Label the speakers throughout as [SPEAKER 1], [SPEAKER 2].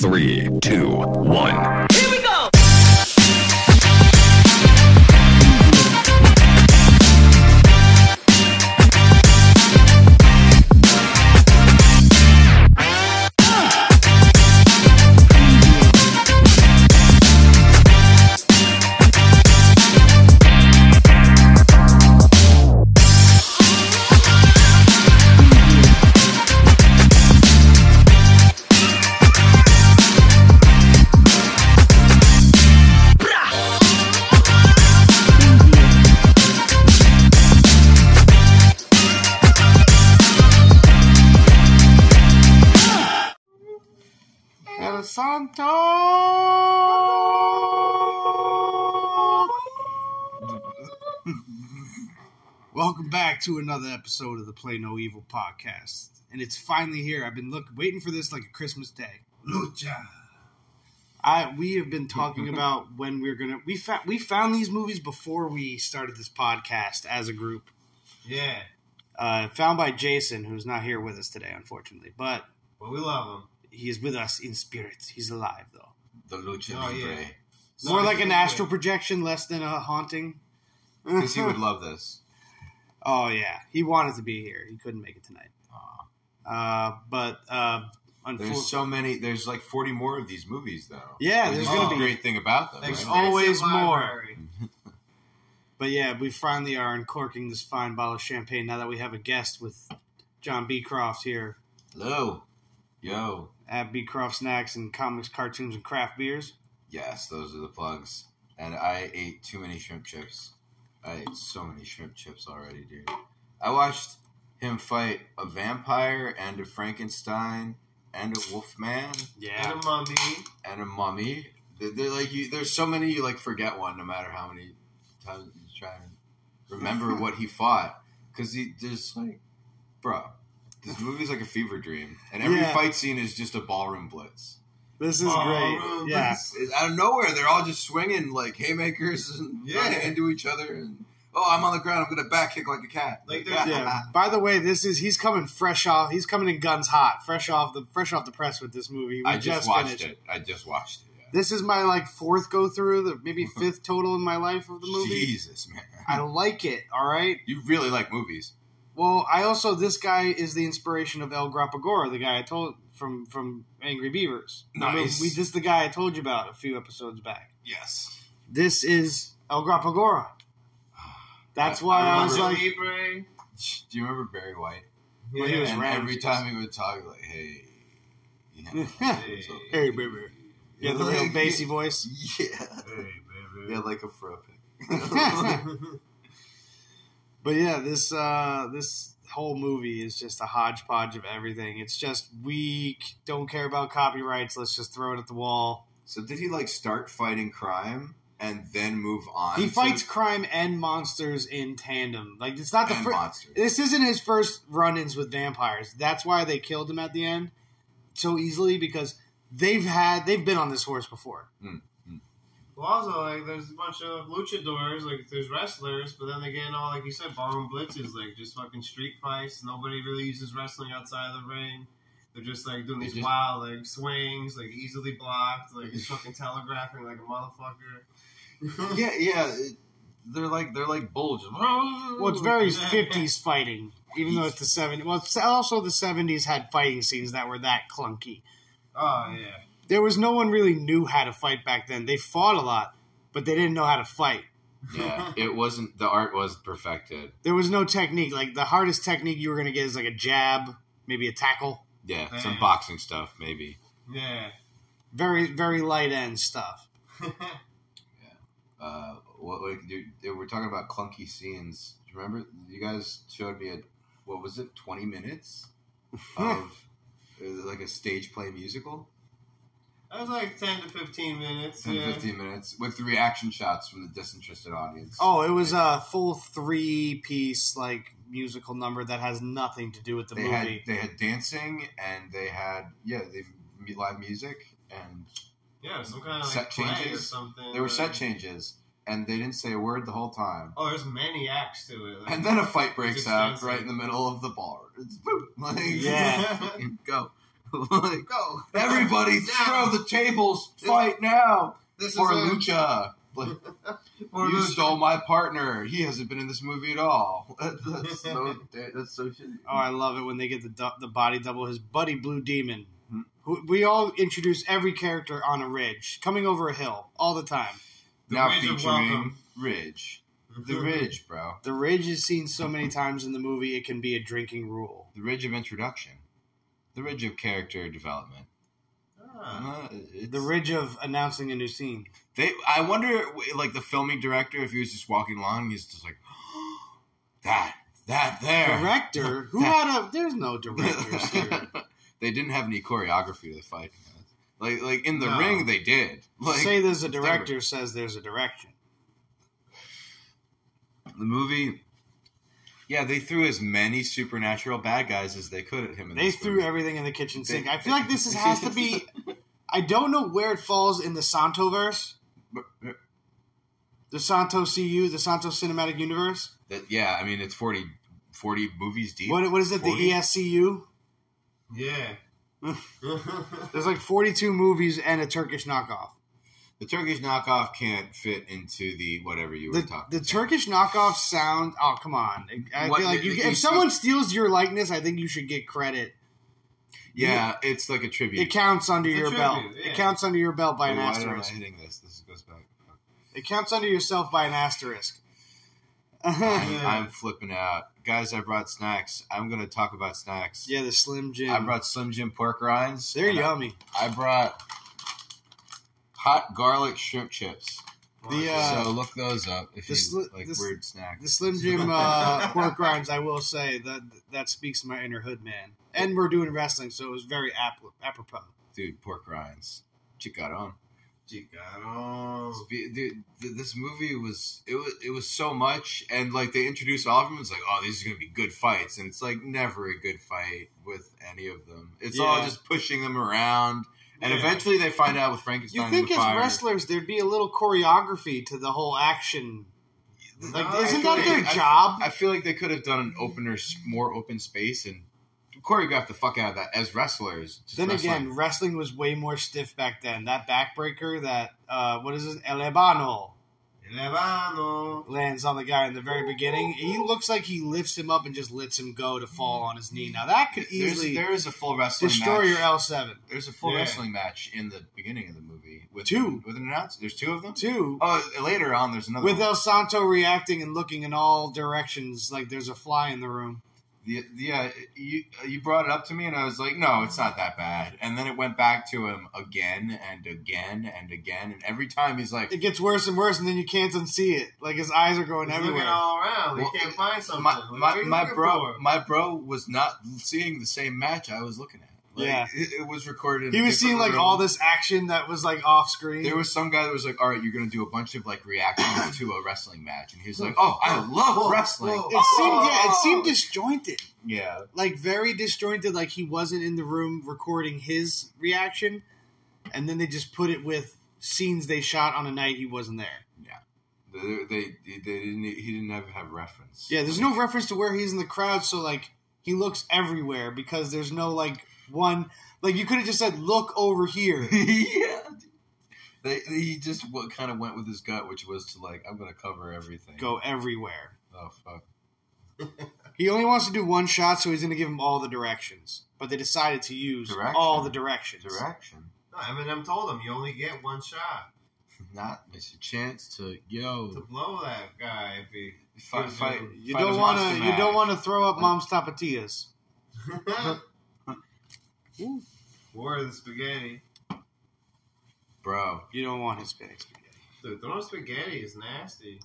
[SPEAKER 1] Three, two, one.
[SPEAKER 2] Here we go.
[SPEAKER 3] El Santo. Welcome back to another episode of the Play No Evil podcast, and it's finally here. I've been look waiting for this like a Christmas day. Lucha. I we have been
[SPEAKER 4] Mm-hmm.
[SPEAKER 3] talking about when we're gonna we found we found these movies before we started this podcast as a group.
[SPEAKER 5] Yeah,
[SPEAKER 3] Uh, found by Jason, who's not here with us today, unfortunately, but
[SPEAKER 5] but we love him.
[SPEAKER 3] he is with us in spirit. He's alive though.
[SPEAKER 4] the lucha
[SPEAKER 5] Oh,
[SPEAKER 4] libre.
[SPEAKER 5] yeah.
[SPEAKER 3] More like an astral projection, less than a haunting.
[SPEAKER 4] Because he would love this.
[SPEAKER 3] Oh yeah, he wanted to be here. He couldn't make it tonight. Uh, but uh, unfortunately,
[SPEAKER 4] There's so many. There's like 40 more of these movies, though.
[SPEAKER 3] Yeah,
[SPEAKER 4] Which
[SPEAKER 3] there's
[SPEAKER 4] is
[SPEAKER 5] gonna
[SPEAKER 4] the
[SPEAKER 5] be-
[SPEAKER 4] great thing about them.
[SPEAKER 5] Thanks,
[SPEAKER 4] right?
[SPEAKER 3] all- always
[SPEAKER 5] It's a library.
[SPEAKER 3] but yeah, we finally are uncorking this fine bottle of champagne now that we have a guest with John B. Croft here
[SPEAKER 4] Hello. Yo.
[SPEAKER 3] at B. Croft Snacks and Comics, Cartoons, and Craft Beers.
[SPEAKER 4] Yes, those are the plugs. And I ate too many shrimp chips. I ate so many shrimp chips already, dude. I watched him fight a vampire and a Frankenstein and a wolfman
[SPEAKER 5] And a mummy.
[SPEAKER 4] and a mummy. They're, they're like you. There's so many you like forget one, no matter how many times you try and remember what he fought. Because he just like, bro, this movie's like a fever dream, and every
[SPEAKER 3] Yeah.
[SPEAKER 4] fight scene is just a ballroom blitz.
[SPEAKER 3] this is
[SPEAKER 5] Oh,
[SPEAKER 3] great. Yeah,
[SPEAKER 4] It's- it's out of nowhere, they're all just swinging like haymakers and
[SPEAKER 5] Yeah.
[SPEAKER 4] running into each other. And oh, I'm on the ground. I'm gonna back kick like a cat.
[SPEAKER 5] Like there's-
[SPEAKER 3] yeah. By the way, this is he's coming fresh off. He's coming in guns hot, fresh off the fresh off the press with this movie. We
[SPEAKER 4] I just, watched
[SPEAKER 3] finished.
[SPEAKER 4] it. I just watched it. yeah.
[SPEAKER 3] This is my like fourth go through, the maybe
[SPEAKER 4] Mm-hmm.
[SPEAKER 3] fifth total in my life of the movie.
[SPEAKER 4] Jesus, man,
[SPEAKER 3] I like it. All right.
[SPEAKER 4] you really like movies.
[SPEAKER 3] Well, I also this guy is the inspiration of El Grapagora, the guy I told from from Angry Beavers. Remember,
[SPEAKER 4] Nice.
[SPEAKER 3] we, this is the guy I told you about a few episodes back.
[SPEAKER 4] Yes,
[SPEAKER 3] This is El Grapagora. That's
[SPEAKER 4] I-
[SPEAKER 3] why
[SPEAKER 4] I
[SPEAKER 3] I, was
[SPEAKER 4] remember.
[SPEAKER 3] like,
[SPEAKER 5] libre.
[SPEAKER 4] do you remember Barry White?
[SPEAKER 3] Well, he was
[SPEAKER 4] and
[SPEAKER 3] round.
[SPEAKER 4] every time he would talk, like, "Hey, yeah, what's up,
[SPEAKER 3] "Hey, baby." Yeah, the real bassy voice.
[SPEAKER 4] Yeah,
[SPEAKER 5] Hey, baby.
[SPEAKER 4] yeah, like a fro pick.
[SPEAKER 3] But yeah, this uh, this whole movie is just a hodgepodge of everything. It's just weak. Don't care about copyrights. Let's just throw it at the wall.
[SPEAKER 4] so did he like start fighting crime and then move on?
[SPEAKER 3] He
[SPEAKER 4] to-
[SPEAKER 3] fights crime and monsters in tandem. Like it's not the
[SPEAKER 4] and
[SPEAKER 3] first.
[SPEAKER 4] monsters.
[SPEAKER 3] This isn't his first run-ins with vampires. That's why they killed him at the end so easily because they've had they've been on this horse before.
[SPEAKER 5] Well, also, like, there's a bunch of luchadors, like, there's wrestlers, but then again, all, like you said, bomb blitzes, like, just fucking street fights. Nobody really uses wrestling outside of the ring. They're just, like, doing
[SPEAKER 4] They
[SPEAKER 5] these
[SPEAKER 4] just-
[SPEAKER 5] wild, like, swings, like, easily blocked, like, just fucking telegraphing like a motherfucker.
[SPEAKER 4] yeah, yeah. it- they're like they're like bulges.
[SPEAKER 3] Well, it's very fifties fighting, even though it's the seventies. Well, it's also the seventies had fighting scenes that were that clunky.
[SPEAKER 5] Oh, yeah.
[SPEAKER 3] There was no one really knew how to fight back then. They fought a lot, but they didn't know how to fight.
[SPEAKER 4] yeah, it wasn't. The art wasn't perfected.
[SPEAKER 3] There was no technique. Like the hardest technique you were going to get is like a jab, maybe a tackle.
[SPEAKER 4] Yeah,
[SPEAKER 5] Man.
[SPEAKER 4] some boxing stuff maybe.
[SPEAKER 5] Yeah.
[SPEAKER 3] Very very light end stuff.
[SPEAKER 4] Uh, what like dude, they we're talking about clunky scenes. Do you Remember, you guys showed me a what was it, twenty minutes of it was like a stage play musical,
[SPEAKER 5] that was like 10 to 15 minutes.
[SPEAKER 4] 10,
[SPEAKER 5] yeah.
[SPEAKER 4] 15 minutes with the reaction shots from the disinterested audience.
[SPEAKER 3] Oh, it was a full three piece like musical number that has nothing to do with the
[SPEAKER 4] they had
[SPEAKER 3] movie.
[SPEAKER 4] they had dancing and they had yeah they mu- live music and
[SPEAKER 5] Yeah, some kind of like
[SPEAKER 4] Set
[SPEAKER 5] play or
[SPEAKER 4] changes?
[SPEAKER 5] something.
[SPEAKER 4] there were
[SPEAKER 5] or-
[SPEAKER 4] set changes and they didn't say a word the whole time.
[SPEAKER 5] Oh, there's many acts to it. Like,
[SPEAKER 4] And then a fight breaks out
[SPEAKER 5] expensive.
[SPEAKER 4] right in the middle of the bar. It's boom, like
[SPEAKER 3] Yeah.
[SPEAKER 4] go. like,
[SPEAKER 5] Go.
[SPEAKER 4] everybody throw
[SPEAKER 5] Down.
[SPEAKER 4] the tables, fight now
[SPEAKER 5] This
[SPEAKER 4] for
[SPEAKER 5] is a-
[SPEAKER 4] Lucha. Like,
[SPEAKER 5] for
[SPEAKER 4] you
[SPEAKER 5] Lucha.
[SPEAKER 4] stole my partner. He hasn't been in this movie at all. that's so that's so shitty.
[SPEAKER 3] Oh, I love it when they get the du- the body double, his buddy Blue Demon.
[SPEAKER 4] Hmm.
[SPEAKER 3] Who, we all introduce every character on a ridge, coming over a hill all the time.
[SPEAKER 5] The
[SPEAKER 4] now
[SPEAKER 5] Ridge of
[SPEAKER 4] featuring
[SPEAKER 5] Welcome.
[SPEAKER 4] Ridge, the Ridge, bro,
[SPEAKER 3] The ridge is seen so many times in the movie, it can be a drinking rule.
[SPEAKER 4] the Ridge of introduction, the Ridge of character development.
[SPEAKER 5] Ah.
[SPEAKER 4] Uh, it's-
[SPEAKER 3] The ridge of announcing a new scene.
[SPEAKER 4] They, I wonder, like the filming director, if he was just walking along, he's just like, that, that there.
[SPEAKER 3] Director? Who had a? There's no directors here.
[SPEAKER 4] they didn't have any choreography to the fight. Like, like in the
[SPEAKER 5] No.
[SPEAKER 4] ring, they did. Like
[SPEAKER 3] Say there's a director says there's a direction.
[SPEAKER 4] the movie. Yeah, they threw as many supernatural bad guys as they could at him. In
[SPEAKER 3] They
[SPEAKER 4] this
[SPEAKER 3] threw
[SPEAKER 4] movie.
[SPEAKER 3] everything in the kitchen
[SPEAKER 4] They-
[SPEAKER 3] sink. I feel like this is, has to be. I don't know where it falls in the Santo verse, uh, the Santo CU, the Santo Cinematic Universe.
[SPEAKER 4] That- yeah, I mean it's 40, 40 movies deep.
[SPEAKER 3] What what is it?
[SPEAKER 4] 40?
[SPEAKER 3] The E ESCU.
[SPEAKER 5] Yeah.
[SPEAKER 3] There's like 42 movies and a Turkish knockoff.
[SPEAKER 4] The Turkish knockoff can't fit into the whatever you were
[SPEAKER 3] The,
[SPEAKER 4] talking.
[SPEAKER 3] the
[SPEAKER 4] about.
[SPEAKER 3] Turkish knockoff sound. Oh come on! I
[SPEAKER 4] What-
[SPEAKER 3] feel like you,
[SPEAKER 4] you
[SPEAKER 3] if
[SPEAKER 4] see-
[SPEAKER 3] someone steals your likeness, I think you should get credit.
[SPEAKER 4] Yeah, it's like a tribute.
[SPEAKER 3] It counts under
[SPEAKER 5] It's a
[SPEAKER 3] your
[SPEAKER 5] tribute,
[SPEAKER 3] belt.
[SPEAKER 5] yeah.
[SPEAKER 3] It counts under your belt by
[SPEAKER 4] Wait,
[SPEAKER 3] an
[SPEAKER 4] why am I
[SPEAKER 3] asterisk.
[SPEAKER 4] hitting this? This goes back.
[SPEAKER 3] It counts under yourself by an asterisk.
[SPEAKER 4] I'm,
[SPEAKER 5] Yeah.
[SPEAKER 4] I'm flipping out, guys. I brought snacks. I'm gonna talk about snacks.
[SPEAKER 3] yeah, the Slim Jim.
[SPEAKER 4] I brought Slim Jim pork rinds.
[SPEAKER 3] They're
[SPEAKER 4] and I-
[SPEAKER 3] yummy.
[SPEAKER 4] I brought hot garlic shrimp chips.
[SPEAKER 3] The, uh,
[SPEAKER 4] so look those up if
[SPEAKER 3] the
[SPEAKER 4] you
[SPEAKER 3] sli-
[SPEAKER 4] like
[SPEAKER 3] the s-
[SPEAKER 4] weird snacks.
[SPEAKER 3] The Slim Jim uh, pork rinds, I will say that that speaks to my inner hood man. And we're doing wrestling, so it was very ap- apropos.
[SPEAKER 4] Dude, pork rinds. Chicaron.
[SPEAKER 5] Chicano.
[SPEAKER 4] Dude, th- this movie was it was it was so much, and like they introduced all of them. It's like, oh, these are gonna be good fights, and it's like never a good fight with any of them. It's all
[SPEAKER 3] Yeah.
[SPEAKER 4] just pushing them around, and
[SPEAKER 5] Yeah.
[SPEAKER 4] eventually they find out with Frankenstein.
[SPEAKER 3] You think
[SPEAKER 4] and
[SPEAKER 3] as
[SPEAKER 4] the fire.
[SPEAKER 3] wrestlers, there'd be a little choreography to the whole action? Like,
[SPEAKER 5] No, I
[SPEAKER 3] isn't
[SPEAKER 5] feel
[SPEAKER 3] that
[SPEAKER 5] like-
[SPEAKER 3] their
[SPEAKER 4] I-
[SPEAKER 3] job?
[SPEAKER 4] I feel like they could have done an opener, s- more open space, and choreographed the fuck out of that as wrestlers. Just
[SPEAKER 3] then
[SPEAKER 4] wrestling.
[SPEAKER 3] again, wrestling was way more stiff back then. That backbreaker, that uh, what is this? El Ebano
[SPEAKER 5] Elevano.
[SPEAKER 3] lands on the guy in the very beginning. He looks like he lifts him up and just lets him go to fall on his knee. Now that could
[SPEAKER 4] there's,
[SPEAKER 3] easily
[SPEAKER 4] there is a full wrestling
[SPEAKER 3] destroy
[SPEAKER 4] match.
[SPEAKER 3] your L seven.
[SPEAKER 4] There's a full
[SPEAKER 5] Yeah.
[SPEAKER 4] wrestling match in the beginning of the movie with
[SPEAKER 3] Two.
[SPEAKER 4] with an announcer. There's two of them.
[SPEAKER 3] Two
[SPEAKER 4] Oh, later on, there's another.
[SPEAKER 3] with
[SPEAKER 4] one.
[SPEAKER 3] El Santo reacting and looking in all directions like there's a fly in the room.
[SPEAKER 4] The, yeah, you you brought it up to me, and I was like, no, it's not that bad. And then it went back to him again and again and again, and every time he's like,
[SPEAKER 3] It gets worse and worse, and then you can't unsee it. Like his eyes are going
[SPEAKER 5] He's looking
[SPEAKER 3] everywhere.
[SPEAKER 5] all around. He
[SPEAKER 4] Well,
[SPEAKER 5] can't find something.
[SPEAKER 4] my
[SPEAKER 5] Like, what
[SPEAKER 4] my,
[SPEAKER 5] are you
[SPEAKER 4] my
[SPEAKER 5] looking
[SPEAKER 4] bro
[SPEAKER 5] for?
[SPEAKER 4] my bro was not seeing the same match I was looking at. Like,
[SPEAKER 3] Yeah.
[SPEAKER 4] it, it was recorded. in
[SPEAKER 3] he
[SPEAKER 4] a
[SPEAKER 3] was
[SPEAKER 4] different
[SPEAKER 3] seeing like
[SPEAKER 4] room.
[SPEAKER 3] all this action that was like off screen.
[SPEAKER 4] There was some guy that was like, "All right, you're gonna do a bunch of like reactions to a wrestling match," and he was like, "Oh, I love
[SPEAKER 5] Whoa,
[SPEAKER 4] wrestling."
[SPEAKER 5] whoa.
[SPEAKER 3] it seemed yeah, it
[SPEAKER 5] Oh!
[SPEAKER 3] seemed disjointed.
[SPEAKER 4] Yeah,
[SPEAKER 3] Like very disjointed, like he wasn't in the room recording his reaction, and then they just put it with scenes they shot on a night he wasn't there.
[SPEAKER 4] they, they, they didn't. He didn't have, have reference.
[SPEAKER 3] Yeah, there's no reference to where he's in the crowd, so like he looks everywhere because there's no like one like you could have just said look over here.
[SPEAKER 4] yeah, they, they- he just what kind of went with his gut, which was to like, "I'm gonna cover everything."
[SPEAKER 3] Go everywhere.
[SPEAKER 4] Oh fuck.
[SPEAKER 3] He only wants to do one shot, so he's going to give him all the directions. But they decided to use
[SPEAKER 4] Direction.
[SPEAKER 3] all the directions.
[SPEAKER 4] Direction.
[SPEAKER 5] No, Eminem told him you only get one shot
[SPEAKER 4] Not miss a chance to yo
[SPEAKER 5] to blow that guy if he.
[SPEAKER 4] fight. fight
[SPEAKER 3] You
[SPEAKER 4] fight
[SPEAKER 3] don't
[SPEAKER 4] a
[SPEAKER 3] want
[SPEAKER 4] monster
[SPEAKER 3] to. You don't
[SPEAKER 4] match.
[SPEAKER 3] want to throw up mom's tapatillas.
[SPEAKER 5] War of the spaghetti.
[SPEAKER 4] bro.
[SPEAKER 3] You don't want Hispanic spaghetti.
[SPEAKER 5] Dude, throwing spaghetti is nasty.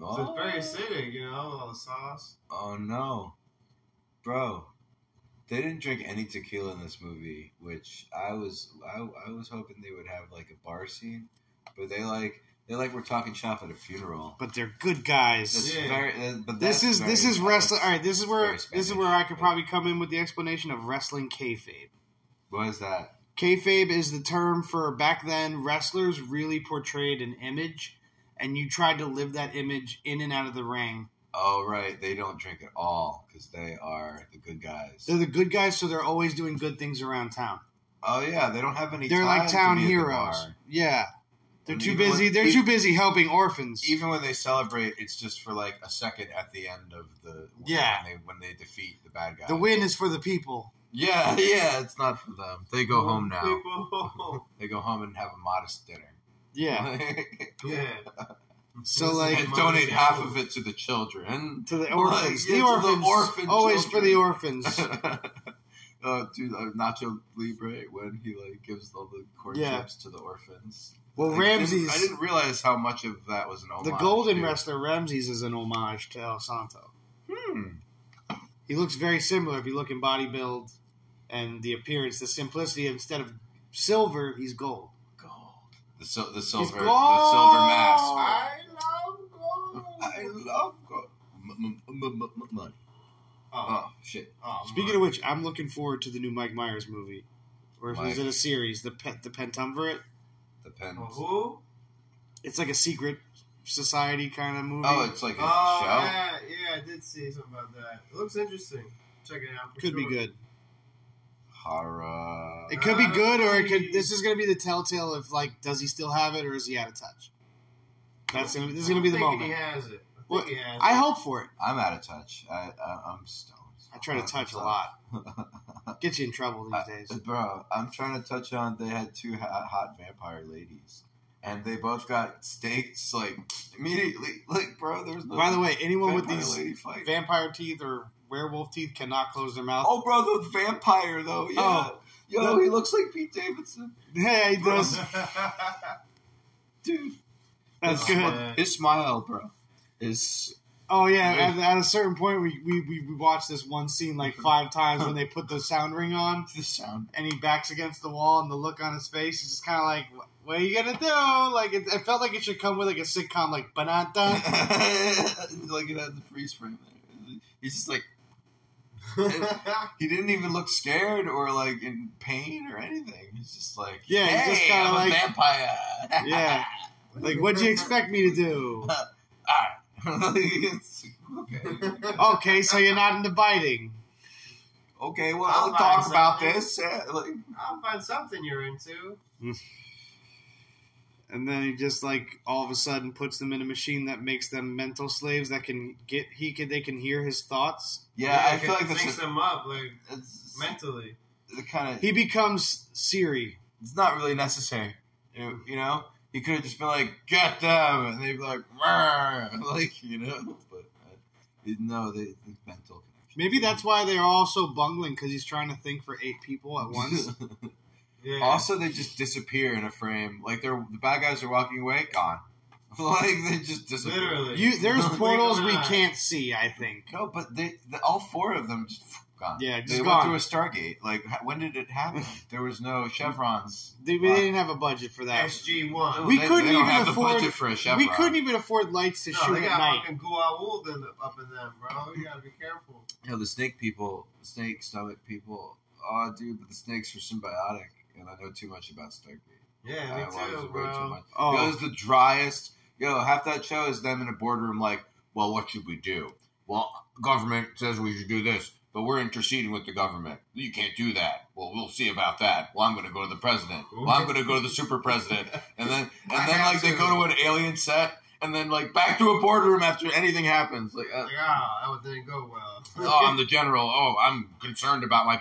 [SPEAKER 4] Oh.
[SPEAKER 5] It's very acidic, you know, all the sauce.
[SPEAKER 4] Oh no, bro! They didn't drink any tequila in this movie, which I was I, I was hoping they would have like a bar scene, but they like they like we're talking shop at a funeral.
[SPEAKER 3] But they're good guys.
[SPEAKER 4] That's
[SPEAKER 5] Yeah.
[SPEAKER 4] very, that- but
[SPEAKER 3] This
[SPEAKER 4] that's
[SPEAKER 3] is this
[SPEAKER 4] very-
[SPEAKER 3] is wrestling.
[SPEAKER 4] that's-
[SPEAKER 3] All right, this is where
[SPEAKER 4] very
[SPEAKER 3] this is
[SPEAKER 4] Spanish.
[SPEAKER 3] where I could probably come in with the explanation of wrestling kayfabe.
[SPEAKER 4] What is that?
[SPEAKER 3] Kayfabe is the term for back then wrestlers really portrayed an image, and you tried to live that image in and out of the ring
[SPEAKER 4] Oh right, they don't drink at all because they are the good guys.
[SPEAKER 3] They're the good guys, so they're always doing good things around town.
[SPEAKER 4] Oh yeah, they don't have any.
[SPEAKER 3] They're
[SPEAKER 4] time
[SPEAKER 3] like
[SPEAKER 4] to
[SPEAKER 3] town
[SPEAKER 4] be at the
[SPEAKER 3] heroes.
[SPEAKER 4] bar.
[SPEAKER 3] Yeah. They're
[SPEAKER 4] And
[SPEAKER 3] too
[SPEAKER 4] even
[SPEAKER 3] busy.
[SPEAKER 4] when-
[SPEAKER 3] They're
[SPEAKER 4] e-
[SPEAKER 3] too busy helping orphans.
[SPEAKER 4] Even when they celebrate, it's just for like a second at the end of the when
[SPEAKER 3] Yeah.
[SPEAKER 4] they when they defeat the bad guy.
[SPEAKER 3] The win is for the people.
[SPEAKER 4] Yeah, yeah, it's not for them. They go home now.
[SPEAKER 5] People.
[SPEAKER 4] They go home and have a modest dinner. Uh-huh.
[SPEAKER 3] Yeah.
[SPEAKER 5] yeah.
[SPEAKER 3] So, like-
[SPEAKER 4] and donate half of it to the children.
[SPEAKER 3] To the
[SPEAKER 4] Well,
[SPEAKER 3] orphans.
[SPEAKER 4] yeah,
[SPEAKER 3] the
[SPEAKER 4] to the
[SPEAKER 3] orphans.
[SPEAKER 4] orphan
[SPEAKER 3] always for the
[SPEAKER 4] children.
[SPEAKER 3] orphans.
[SPEAKER 4] Uh, dude, uh, Nacho Libre when he like gives all the corn
[SPEAKER 3] Yeah.
[SPEAKER 4] chips to the orphans.
[SPEAKER 3] Well,
[SPEAKER 4] I
[SPEAKER 3] Ramses,
[SPEAKER 4] Didn't, I didn't realize how much of that was an homage.
[SPEAKER 3] the golden
[SPEAKER 4] dude.
[SPEAKER 3] wrestler Ramses, is an homage to El Santo.
[SPEAKER 4] Hmm.
[SPEAKER 3] He looks very similar if you look in body build and the appearance, the simplicity. Instead of silver, he's gold.
[SPEAKER 4] Gold. The, sil- the silver. The silver
[SPEAKER 3] gold!
[SPEAKER 4] mask.
[SPEAKER 5] I love gold.
[SPEAKER 4] I love gold. M- m- m- m- m- money.
[SPEAKER 5] Oh,
[SPEAKER 4] Oh shit.
[SPEAKER 5] oh,
[SPEAKER 3] Speaking of which, I'm looking forward to the new Mike Myers movie, or if it was
[SPEAKER 4] Mike.
[SPEAKER 3] in a series, the pe- the Pentumvirate.
[SPEAKER 4] The pen.
[SPEAKER 5] Oh, who?
[SPEAKER 3] It's like a secret society kind of movie.
[SPEAKER 4] Oh, it's like a
[SPEAKER 5] Oh,
[SPEAKER 4] show.
[SPEAKER 5] yeah, yeah, I did see something about that. It looks interesting. Check it out. for
[SPEAKER 3] could be
[SPEAKER 5] sure.
[SPEAKER 3] good.
[SPEAKER 4] Horror.
[SPEAKER 3] It could be good, or it could. This is gonna be the telltale of like, does he still have it, or is he out of touch? That's gonna. This is gonna be the
[SPEAKER 5] I'm thinking
[SPEAKER 3] moment.
[SPEAKER 5] He has it. I think
[SPEAKER 3] Well,
[SPEAKER 5] he has
[SPEAKER 3] I
[SPEAKER 5] it.
[SPEAKER 3] hope for it.
[SPEAKER 4] I'm out of touch. I, I I'm stoned.
[SPEAKER 3] I try to touch a lot. Get you in trouble
[SPEAKER 4] Oh, I-
[SPEAKER 3] these days.
[SPEAKER 4] Bro, I'm trying to touch on. They had two hot, hot vampire ladies, and they both got stakes like immediately. Like, bro, there's no.
[SPEAKER 3] By the way, anyone with
[SPEAKER 4] vampire
[SPEAKER 3] these
[SPEAKER 4] lady fight.
[SPEAKER 3] vampire teeth or werewolf teeth cannot close their mouth.
[SPEAKER 4] oh, bro, the vampire though. Yeah.
[SPEAKER 3] Oh.
[SPEAKER 4] Yo,
[SPEAKER 3] No.
[SPEAKER 4] he looks like Pete Davidson,
[SPEAKER 3] Yeah, he does.
[SPEAKER 4] dude.
[SPEAKER 3] That's
[SPEAKER 4] his,
[SPEAKER 3] good.
[SPEAKER 4] smi- His smile, bro, is
[SPEAKER 3] Oh yeah. At, at a certain point, we, we we watched this one scene like five times when they put the sound ring on,
[SPEAKER 4] the sound.
[SPEAKER 3] and he backs against the wall, and the look on his face is just kind of like, "What are you gonna do?" Like it, it felt like it should come with like a sitcom, like "Banata."
[SPEAKER 4] like it had the freeze frame. There. He's just like. He didn't even look scared or like in pain or anything. He's just like,
[SPEAKER 3] Yeah,
[SPEAKER 4] hey,
[SPEAKER 3] he's just kinda
[SPEAKER 4] I'm
[SPEAKER 3] like-
[SPEAKER 4] a vampire.
[SPEAKER 3] Yeah. Like, what do you expect me to
[SPEAKER 4] All
[SPEAKER 3] do?
[SPEAKER 4] right. It's like, okay.
[SPEAKER 3] Okay, so you're not into biting.
[SPEAKER 4] Okay. Well,
[SPEAKER 5] I'll
[SPEAKER 4] I'll talk
[SPEAKER 5] find
[SPEAKER 4] about
[SPEAKER 5] something.
[SPEAKER 4] this. Yeah, like,
[SPEAKER 5] I'll find something you're into.
[SPEAKER 3] And then he just like all of a sudden puts them in a machine that makes them mental slaves that can get he can they can hear his thoughts.
[SPEAKER 4] yeah, I
[SPEAKER 5] it
[SPEAKER 4] feel like
[SPEAKER 5] makes
[SPEAKER 4] this is
[SPEAKER 5] them up like
[SPEAKER 4] it's,
[SPEAKER 5] mentally.
[SPEAKER 4] the kind of.
[SPEAKER 3] He becomes Siri.
[SPEAKER 4] It's not really necessary. You you know, he could have just been like, get them, and they'd be like, "Rrr," like you know. But uh, it- no, they the mental connection.
[SPEAKER 3] Maybe that's why they're all so bungling because he's trying to think for eight people at once.
[SPEAKER 5] Yeah.
[SPEAKER 4] Also, they just disappear in a frame. Like they're the bad guys are walking away, gone. Like they just disappear.
[SPEAKER 5] Literally.
[SPEAKER 3] You, there's
[SPEAKER 5] Blink
[SPEAKER 3] portals
[SPEAKER 5] of an
[SPEAKER 3] we
[SPEAKER 5] eye.
[SPEAKER 3] can't see. I think
[SPEAKER 4] No, but they, the, all four of them just pff, gone.
[SPEAKER 3] Yeah, just
[SPEAKER 4] they
[SPEAKER 3] gone.
[SPEAKER 4] went through a Stargate. Like h- when did it happen? there was no chevrons.
[SPEAKER 3] they, we didn't have a budget for that.
[SPEAKER 5] SG one.
[SPEAKER 4] No,
[SPEAKER 3] We
[SPEAKER 4] they-
[SPEAKER 3] couldn't
[SPEAKER 4] they don't
[SPEAKER 3] even
[SPEAKER 4] have
[SPEAKER 3] afford-
[SPEAKER 4] the budget for a chevron.
[SPEAKER 3] We couldn't even afford lights to
[SPEAKER 5] No,
[SPEAKER 3] shoot
[SPEAKER 5] they
[SPEAKER 3] at
[SPEAKER 5] got
[SPEAKER 3] night.
[SPEAKER 5] fucking Guauld in the- up in them, bro. You gotta be careful.
[SPEAKER 4] You know, the snake people, the snake stomach people. Oh, dude, but the snakes are symbiotic, and I know too much about Stargate.
[SPEAKER 5] Yeah,
[SPEAKER 4] I
[SPEAKER 5] me
[SPEAKER 4] watched
[SPEAKER 5] too,
[SPEAKER 4] way too
[SPEAKER 5] bro.
[SPEAKER 4] much. Yo, it
[SPEAKER 3] Oh,
[SPEAKER 4] was the driest. Yo, half that show is them in a boardroom, like, well, what should we do? Well, government says we should do this, but we're interceding with the government. You can't do that. Well, we'll see about that. Well, I'm going to go to the president. Well, I'm going to go to the super president, and then and then like they go to an alien set, and then like back to a boardroom after anything happens. Like, uh,
[SPEAKER 5] Like, ah, that one didn't go well.
[SPEAKER 4] oh, I'm the general. Oh, I'm concerned about my.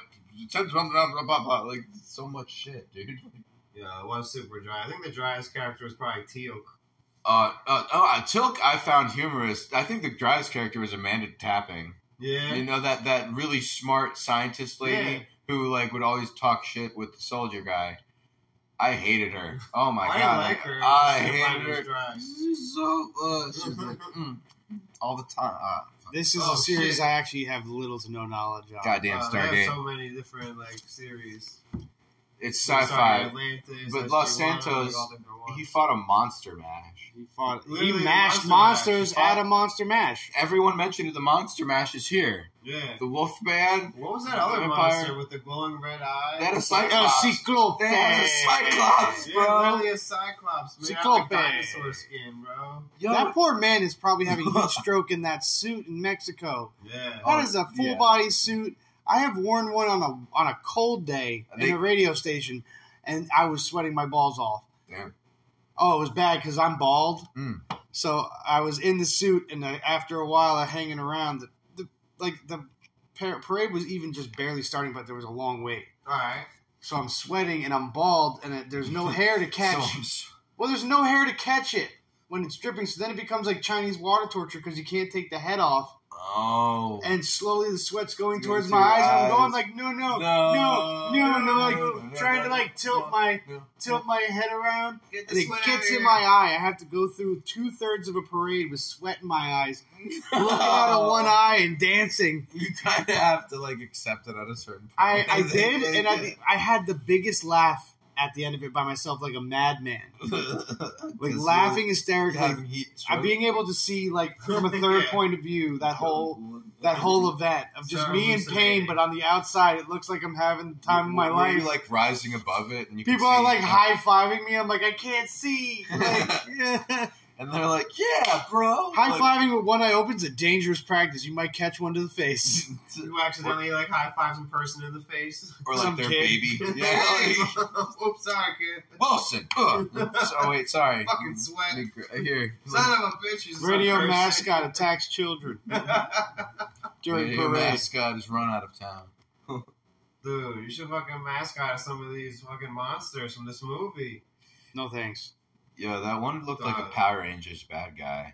[SPEAKER 4] Blah, blah, blah, blah. Like so much shit, dude.
[SPEAKER 5] yeah, it was super dry. I think the driest character was probably Teal.
[SPEAKER 4] Uh, uh, oh, uh, Tilk I found humorous. I think the driest character was Amanda Tapping.
[SPEAKER 5] Yeah.
[SPEAKER 4] You know that that really smart scientist lady
[SPEAKER 5] Yeah.
[SPEAKER 4] who like would always talk shit with the soldier guy. I hated her. Oh my
[SPEAKER 5] I
[SPEAKER 4] god,
[SPEAKER 5] didn't like her.
[SPEAKER 4] I
[SPEAKER 5] She reminded me
[SPEAKER 4] hated her.
[SPEAKER 5] of Dry.
[SPEAKER 4] She's so uh, she's like, mm, all the time. Ah,
[SPEAKER 3] this is
[SPEAKER 5] Oh,
[SPEAKER 3] a series
[SPEAKER 5] shit. Uh,
[SPEAKER 3] I actually have little to no knowledge on.
[SPEAKER 4] goddamn
[SPEAKER 5] Wow, they have
[SPEAKER 4] Stargate.
[SPEAKER 5] so many different like series.
[SPEAKER 4] It's
[SPEAKER 5] Sorry,
[SPEAKER 4] sci-fi.
[SPEAKER 5] Atlantis,
[SPEAKER 4] But
[SPEAKER 5] SG-1,
[SPEAKER 4] Los
[SPEAKER 5] like, all
[SPEAKER 4] Santos,
[SPEAKER 5] different ones.
[SPEAKER 4] He fought a monster mash.
[SPEAKER 3] He fought. He
[SPEAKER 5] Literally,
[SPEAKER 3] mashed
[SPEAKER 5] Monster Mash.
[SPEAKER 3] monsters
[SPEAKER 5] He fought-
[SPEAKER 3] at a monster mash.
[SPEAKER 4] Everyone mentioned that the monster mash is here.
[SPEAKER 5] yeah.
[SPEAKER 4] The wolf man.
[SPEAKER 5] What was that other
[SPEAKER 4] Vampire.
[SPEAKER 5] monster with the glowing red eyes?
[SPEAKER 4] They had a
[SPEAKER 3] El
[SPEAKER 4] cyclops.
[SPEAKER 3] Cyclope.
[SPEAKER 4] They had a cyclops,
[SPEAKER 5] Yeah,
[SPEAKER 4] bro.
[SPEAKER 5] literally a cyclops. Man,
[SPEAKER 3] Cyclope.
[SPEAKER 5] dinosaur skin, bro.
[SPEAKER 4] Yo,
[SPEAKER 3] That poor man is probably having a heat stroke in that suit in Mexico.
[SPEAKER 5] Yeah.
[SPEAKER 4] Oh,
[SPEAKER 3] That is a full
[SPEAKER 4] yeah.
[SPEAKER 3] body suit. I have worn one on a on a cold day
[SPEAKER 4] They-
[SPEAKER 3] in a radio station, and I was sweating my balls off.
[SPEAKER 4] Damn.
[SPEAKER 3] Oh, it was bad because I'm bald.
[SPEAKER 4] Mm.
[SPEAKER 3] So I was in the suit, and I, after a while, I hanging around. The, the like the par- parade was even just barely starting, but there was a long wait.
[SPEAKER 5] All right.
[SPEAKER 3] So I'm sweating and I'm bald, and it, there's no hair to catch.
[SPEAKER 4] So-
[SPEAKER 3] Well, there's no hair to catch it when it's dripping. So then it becomes like Chinese water torture because you can't take the head off
[SPEAKER 4] oh.
[SPEAKER 3] and slowly the sweat's going
[SPEAKER 4] It's
[SPEAKER 3] towards
[SPEAKER 4] going
[SPEAKER 3] my
[SPEAKER 4] to
[SPEAKER 3] eyes,
[SPEAKER 4] your
[SPEAKER 3] and I'm going
[SPEAKER 4] eyes.
[SPEAKER 3] like, no, no,
[SPEAKER 4] No.
[SPEAKER 3] no, no, and I'm like
[SPEAKER 4] No.
[SPEAKER 3] trying to like tilt my
[SPEAKER 4] No.
[SPEAKER 3] tilt my head around,
[SPEAKER 5] Get
[SPEAKER 3] and it gets in my eye. I have to go through two thirds of a parade with sweat in my eyes, looking out of one eye and dancing.
[SPEAKER 4] You kind of have to like accept it at a certain point.
[SPEAKER 3] I, I did, and I I had the biggest laugh at the end of it by myself, like a madman, like laughing hysterically.
[SPEAKER 4] Having heat
[SPEAKER 3] I'm
[SPEAKER 4] stroke.
[SPEAKER 3] being able to see like from a third
[SPEAKER 5] Yeah.
[SPEAKER 3] point of view that whole that whole event of just
[SPEAKER 5] Sorry,
[SPEAKER 3] me in pain,
[SPEAKER 5] hallucinating.
[SPEAKER 3] but on the outside it looks like I'm having the time of my
[SPEAKER 4] Were you,
[SPEAKER 3] life.
[SPEAKER 4] like rising above it, and you can
[SPEAKER 3] People are
[SPEAKER 4] see-
[SPEAKER 3] like high fiving me. I'm like, I can't see. Like,
[SPEAKER 4] and they're like, "Yeah, bro."
[SPEAKER 3] high
[SPEAKER 4] Like,
[SPEAKER 3] fiving with one eye open is a dangerous practice. You might catch one to the face.
[SPEAKER 5] You accidentally like high fives a person in the face.
[SPEAKER 4] or
[SPEAKER 3] Some
[SPEAKER 4] like their
[SPEAKER 3] kid.
[SPEAKER 4] baby.
[SPEAKER 5] Hey,
[SPEAKER 4] Yeah. like,
[SPEAKER 5] Oops, sorry, kid.
[SPEAKER 4] Wilson. Ugh. So wait, sorry.
[SPEAKER 5] Fucking sweat.
[SPEAKER 4] Here.
[SPEAKER 5] Son of a bitch. you son
[SPEAKER 3] Radio
[SPEAKER 5] of a person.
[SPEAKER 3] mascot attacks children during
[SPEAKER 4] Radio
[SPEAKER 3] parade.
[SPEAKER 4] mascot has run out of town.
[SPEAKER 5] Dude, you should fucking mascot some of these fucking monsters from this movie.
[SPEAKER 3] No thanks.
[SPEAKER 4] Yeah, that one looked like a
[SPEAKER 5] Uh,
[SPEAKER 4] Power Rangers bad guy.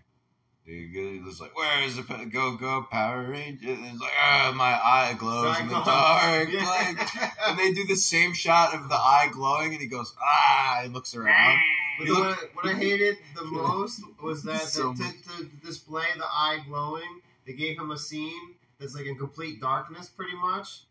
[SPEAKER 4] Dude, It was like, where is the pa- go go Power Rangers? And It's like, oh, my eye glows in the
[SPEAKER 5] Cyclops.
[SPEAKER 4] dark.
[SPEAKER 5] Yeah.
[SPEAKER 4] Like, and they do the same shot of the eye glowing, and he goes, ah, he looks around.
[SPEAKER 5] But
[SPEAKER 4] He
[SPEAKER 5] what, what I hated the most was that
[SPEAKER 4] So
[SPEAKER 5] to,
[SPEAKER 4] much.
[SPEAKER 5] to display the eye glowing, they gave him a scene that's like in complete darkness, pretty much.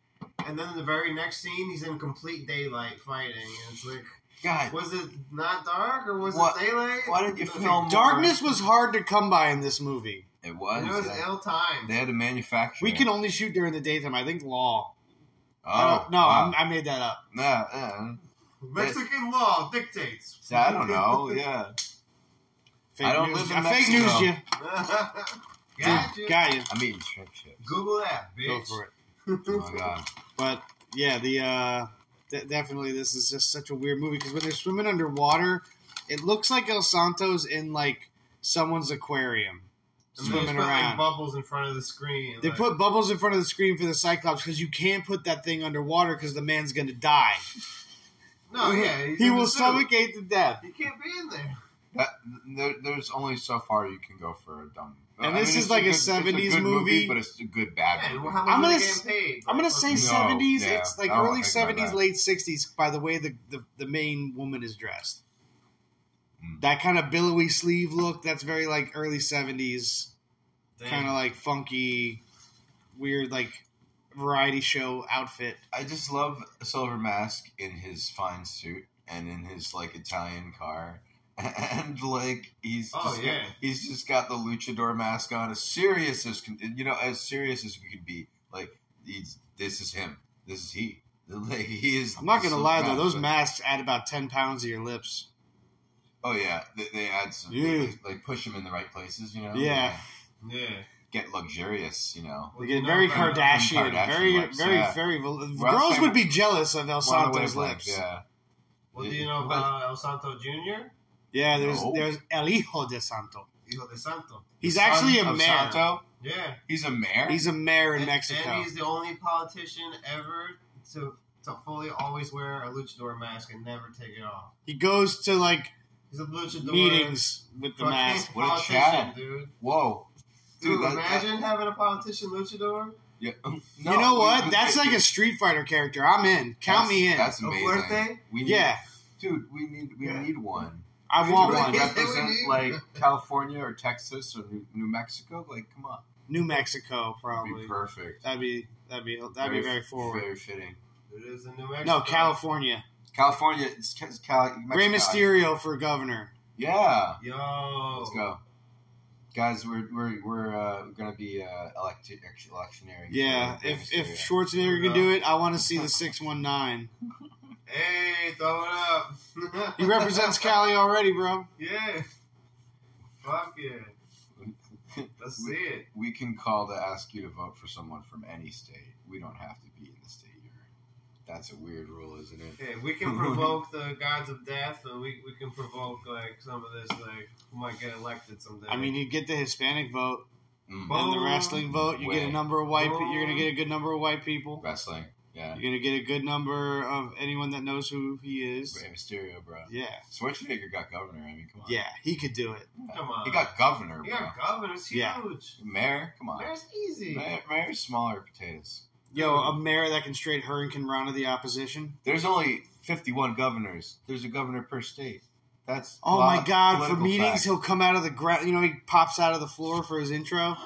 [SPEAKER 5] And then the very next scene, he's in complete daylight fighting. And it's like,
[SPEAKER 4] God,
[SPEAKER 5] was it not dark or was
[SPEAKER 4] What-
[SPEAKER 5] it daylight?
[SPEAKER 4] why didn't you
[SPEAKER 5] It was
[SPEAKER 4] film
[SPEAKER 3] Darkness was hard to come by in this movie.
[SPEAKER 4] It
[SPEAKER 5] like-
[SPEAKER 4] was.
[SPEAKER 5] It was
[SPEAKER 4] uh,
[SPEAKER 5] ill timed.
[SPEAKER 4] they had to manufacture.
[SPEAKER 3] We
[SPEAKER 4] it.
[SPEAKER 3] can only shoot during the daytime. I think law. I
[SPEAKER 4] Oh
[SPEAKER 3] don't- no,
[SPEAKER 4] wow.
[SPEAKER 3] I'm- I made that up.
[SPEAKER 4] no, yeah.
[SPEAKER 5] Mexican law dictates.
[SPEAKER 4] See, I don't know. Yeah,
[SPEAKER 3] Fake
[SPEAKER 4] I don't
[SPEAKER 3] news.
[SPEAKER 4] live in
[SPEAKER 3] I fake
[SPEAKER 4] Mexico.
[SPEAKER 3] news you.
[SPEAKER 5] Got you.
[SPEAKER 3] Got you.
[SPEAKER 4] I'm eating shrimp chips.
[SPEAKER 5] Google that,
[SPEAKER 3] Go
[SPEAKER 5] bitch.
[SPEAKER 3] for it.
[SPEAKER 4] Oh my god.
[SPEAKER 3] But yeah, the uh, de- definitely this is just such a weird movie because when they're swimming underwater, it looks like El Santo's in like someone's aquarium.
[SPEAKER 5] And they
[SPEAKER 3] Swimming
[SPEAKER 5] just put, like,
[SPEAKER 3] around.
[SPEAKER 5] bubbles in front of the screen.
[SPEAKER 3] They
[SPEAKER 5] like-
[SPEAKER 3] put bubbles in front of the screen for the Cyclops because you can't put that thing underwater because the man's gonna die.
[SPEAKER 5] no, yeah, he's
[SPEAKER 3] He
[SPEAKER 5] in the
[SPEAKER 3] will
[SPEAKER 5] suit.
[SPEAKER 3] suffocate to death.
[SPEAKER 5] He can't be in there.
[SPEAKER 4] That, there, there's only so far you can go for a dumb.
[SPEAKER 3] And this is
[SPEAKER 4] it's
[SPEAKER 3] like a
[SPEAKER 4] good- it's
[SPEAKER 3] 70s
[SPEAKER 4] good
[SPEAKER 3] movie.
[SPEAKER 4] but it's a good bad
[SPEAKER 5] Yeah, well,
[SPEAKER 4] movie.
[SPEAKER 5] how much
[SPEAKER 3] I'm
[SPEAKER 5] are
[SPEAKER 3] gonna
[SPEAKER 5] they
[SPEAKER 3] s-
[SPEAKER 5] getting paid?
[SPEAKER 3] I'm gonna say
[SPEAKER 4] No,
[SPEAKER 3] seventies.
[SPEAKER 4] yeah,
[SPEAKER 3] it's like
[SPEAKER 4] I don't
[SPEAKER 3] early
[SPEAKER 4] think about
[SPEAKER 3] seventies,
[SPEAKER 4] that.
[SPEAKER 3] late sixties. By the way, the, the the main woman is dressed.
[SPEAKER 4] Mm.
[SPEAKER 3] That kind of billowy sleeve look. That's very like early seventies. kind of like funky, weird like variety show outfit.
[SPEAKER 4] I just love Silver Mask in his fine suit and in his like Italian car. And like he's
[SPEAKER 5] Oh,
[SPEAKER 4] just
[SPEAKER 5] yeah.
[SPEAKER 4] got, he's just got the luchador mask on as serious as can, you know as serious as you can be like he's, this is him this is he like he is
[SPEAKER 3] I'm not gonna
[SPEAKER 4] Silver
[SPEAKER 3] lie though,
[SPEAKER 4] Mask,
[SPEAKER 3] those
[SPEAKER 4] like-
[SPEAKER 3] masks add about ten pounds to your lips.
[SPEAKER 4] oh yeah they, they add some
[SPEAKER 3] Yeah.
[SPEAKER 4] they, like push him in the right places you know
[SPEAKER 3] Yeah.
[SPEAKER 5] yeah.
[SPEAKER 4] get luxurious you know
[SPEAKER 3] They get very
[SPEAKER 5] Well, no,
[SPEAKER 3] Kardashian,
[SPEAKER 4] Kardashian
[SPEAKER 3] very,
[SPEAKER 4] lips,
[SPEAKER 3] very,
[SPEAKER 4] yeah.
[SPEAKER 3] very. Vel-
[SPEAKER 4] We're on the
[SPEAKER 3] girls
[SPEAKER 4] same-
[SPEAKER 3] would be jealous of El
[SPEAKER 4] We're on the
[SPEAKER 3] Santo's
[SPEAKER 4] wavelength,
[SPEAKER 3] lips. Yeah,
[SPEAKER 4] yeah
[SPEAKER 5] Well, do you know about El Santo Jr.?
[SPEAKER 3] there's
[SPEAKER 4] No.
[SPEAKER 3] there's El Hijo de Santo.
[SPEAKER 5] Hijo de Santo.
[SPEAKER 3] He's
[SPEAKER 4] Son
[SPEAKER 3] actually a
[SPEAKER 4] of
[SPEAKER 3] mayor.
[SPEAKER 4] Santo?
[SPEAKER 5] Yeah.
[SPEAKER 4] he's a mayor
[SPEAKER 3] He's a mayor in
[SPEAKER 5] And-
[SPEAKER 3] Mexico.
[SPEAKER 5] And he's the only politician ever to to fully always wear a luchador mask and never take it off.
[SPEAKER 3] He goes to like
[SPEAKER 5] He's a luchador.
[SPEAKER 3] meetings with the
[SPEAKER 5] fucking
[SPEAKER 3] mask.
[SPEAKER 4] What a
[SPEAKER 5] politician,
[SPEAKER 4] Chad.
[SPEAKER 5] dude.
[SPEAKER 4] whoa
[SPEAKER 5] Dude,
[SPEAKER 4] that- that-
[SPEAKER 5] imagine having a politician luchador.
[SPEAKER 4] Yeah.
[SPEAKER 3] you know what? That's like a Street Fighter character. I'm in. Count me in.
[SPEAKER 4] That's
[SPEAKER 5] El
[SPEAKER 4] amazing.
[SPEAKER 5] Fuerte?
[SPEAKER 4] We need,
[SPEAKER 3] yeah,
[SPEAKER 4] dude, we need we
[SPEAKER 5] Yeah.
[SPEAKER 4] need one.
[SPEAKER 3] I want
[SPEAKER 4] Really?
[SPEAKER 3] one.
[SPEAKER 5] Yeah,
[SPEAKER 4] Represent
[SPEAKER 5] we need
[SPEAKER 4] like
[SPEAKER 5] one.
[SPEAKER 4] California or Texas or New, New Mexico. Like, come on,
[SPEAKER 3] New Mexico,
[SPEAKER 4] It'd
[SPEAKER 3] probably.
[SPEAKER 4] be perfect.
[SPEAKER 3] That'd be that'd be that'd be very
[SPEAKER 4] f-
[SPEAKER 3] forward.
[SPEAKER 4] very fitting.
[SPEAKER 5] It is in New Mexico.
[SPEAKER 3] No, California.
[SPEAKER 4] California. It's, Cal- Cal-
[SPEAKER 3] Rey
[SPEAKER 4] Mexico.
[SPEAKER 3] Mysterio for governor.
[SPEAKER 4] Yeah.
[SPEAKER 5] Yo.
[SPEAKER 4] Let's go. Guys, we're we're, we're uh, gonna be uh, elect- electioneering.
[SPEAKER 3] Yeah,
[SPEAKER 4] for Rey
[SPEAKER 3] if if
[SPEAKER 4] Mysterio.
[SPEAKER 3] Schwarzenegger can do it, I want to see the six one nine.
[SPEAKER 5] Hey, throw it up.
[SPEAKER 3] He represents Cali already, bro.
[SPEAKER 5] Yeah. Fuck yeah. Let's see it.
[SPEAKER 4] we can call to ask you to vote for someone from any state. We don't have to be in the state you're in. That's a weird rule, isn't it?
[SPEAKER 5] Hey, we can provoke the gods of death, and we, we can provoke like some of this. Like, we might get elected someday.
[SPEAKER 3] I mean, you get the Hispanic vote
[SPEAKER 4] Mm.
[SPEAKER 3] and the wrestling vote. You get a number of white. Pe- you're gonna get a good number of white people.
[SPEAKER 4] Wrestling, yeah.
[SPEAKER 3] You're gonna get a good number of anyone that knows who he is.
[SPEAKER 4] Rey Mysterio, bro.
[SPEAKER 3] Yeah,
[SPEAKER 4] Schwarzenegger got governor. I mean, come on.
[SPEAKER 3] yeah, he could do it.
[SPEAKER 5] come on.
[SPEAKER 4] He got governor,
[SPEAKER 5] you
[SPEAKER 4] bro.
[SPEAKER 5] got governors huge.
[SPEAKER 3] Yeah.
[SPEAKER 4] Mayor, come on.
[SPEAKER 5] That's easy.
[SPEAKER 4] Mayor, mayor's smaller potatoes.
[SPEAKER 3] Yo, a mayor that can straight her and can round of the opposition.
[SPEAKER 4] There's only 51 governors. There's a governor per state. That's
[SPEAKER 3] Oh
[SPEAKER 4] law-
[SPEAKER 3] my god, for
[SPEAKER 4] political
[SPEAKER 3] meetings
[SPEAKER 4] fact.
[SPEAKER 3] he'll come out of the ground, you know, he pops out of the floor for his intro.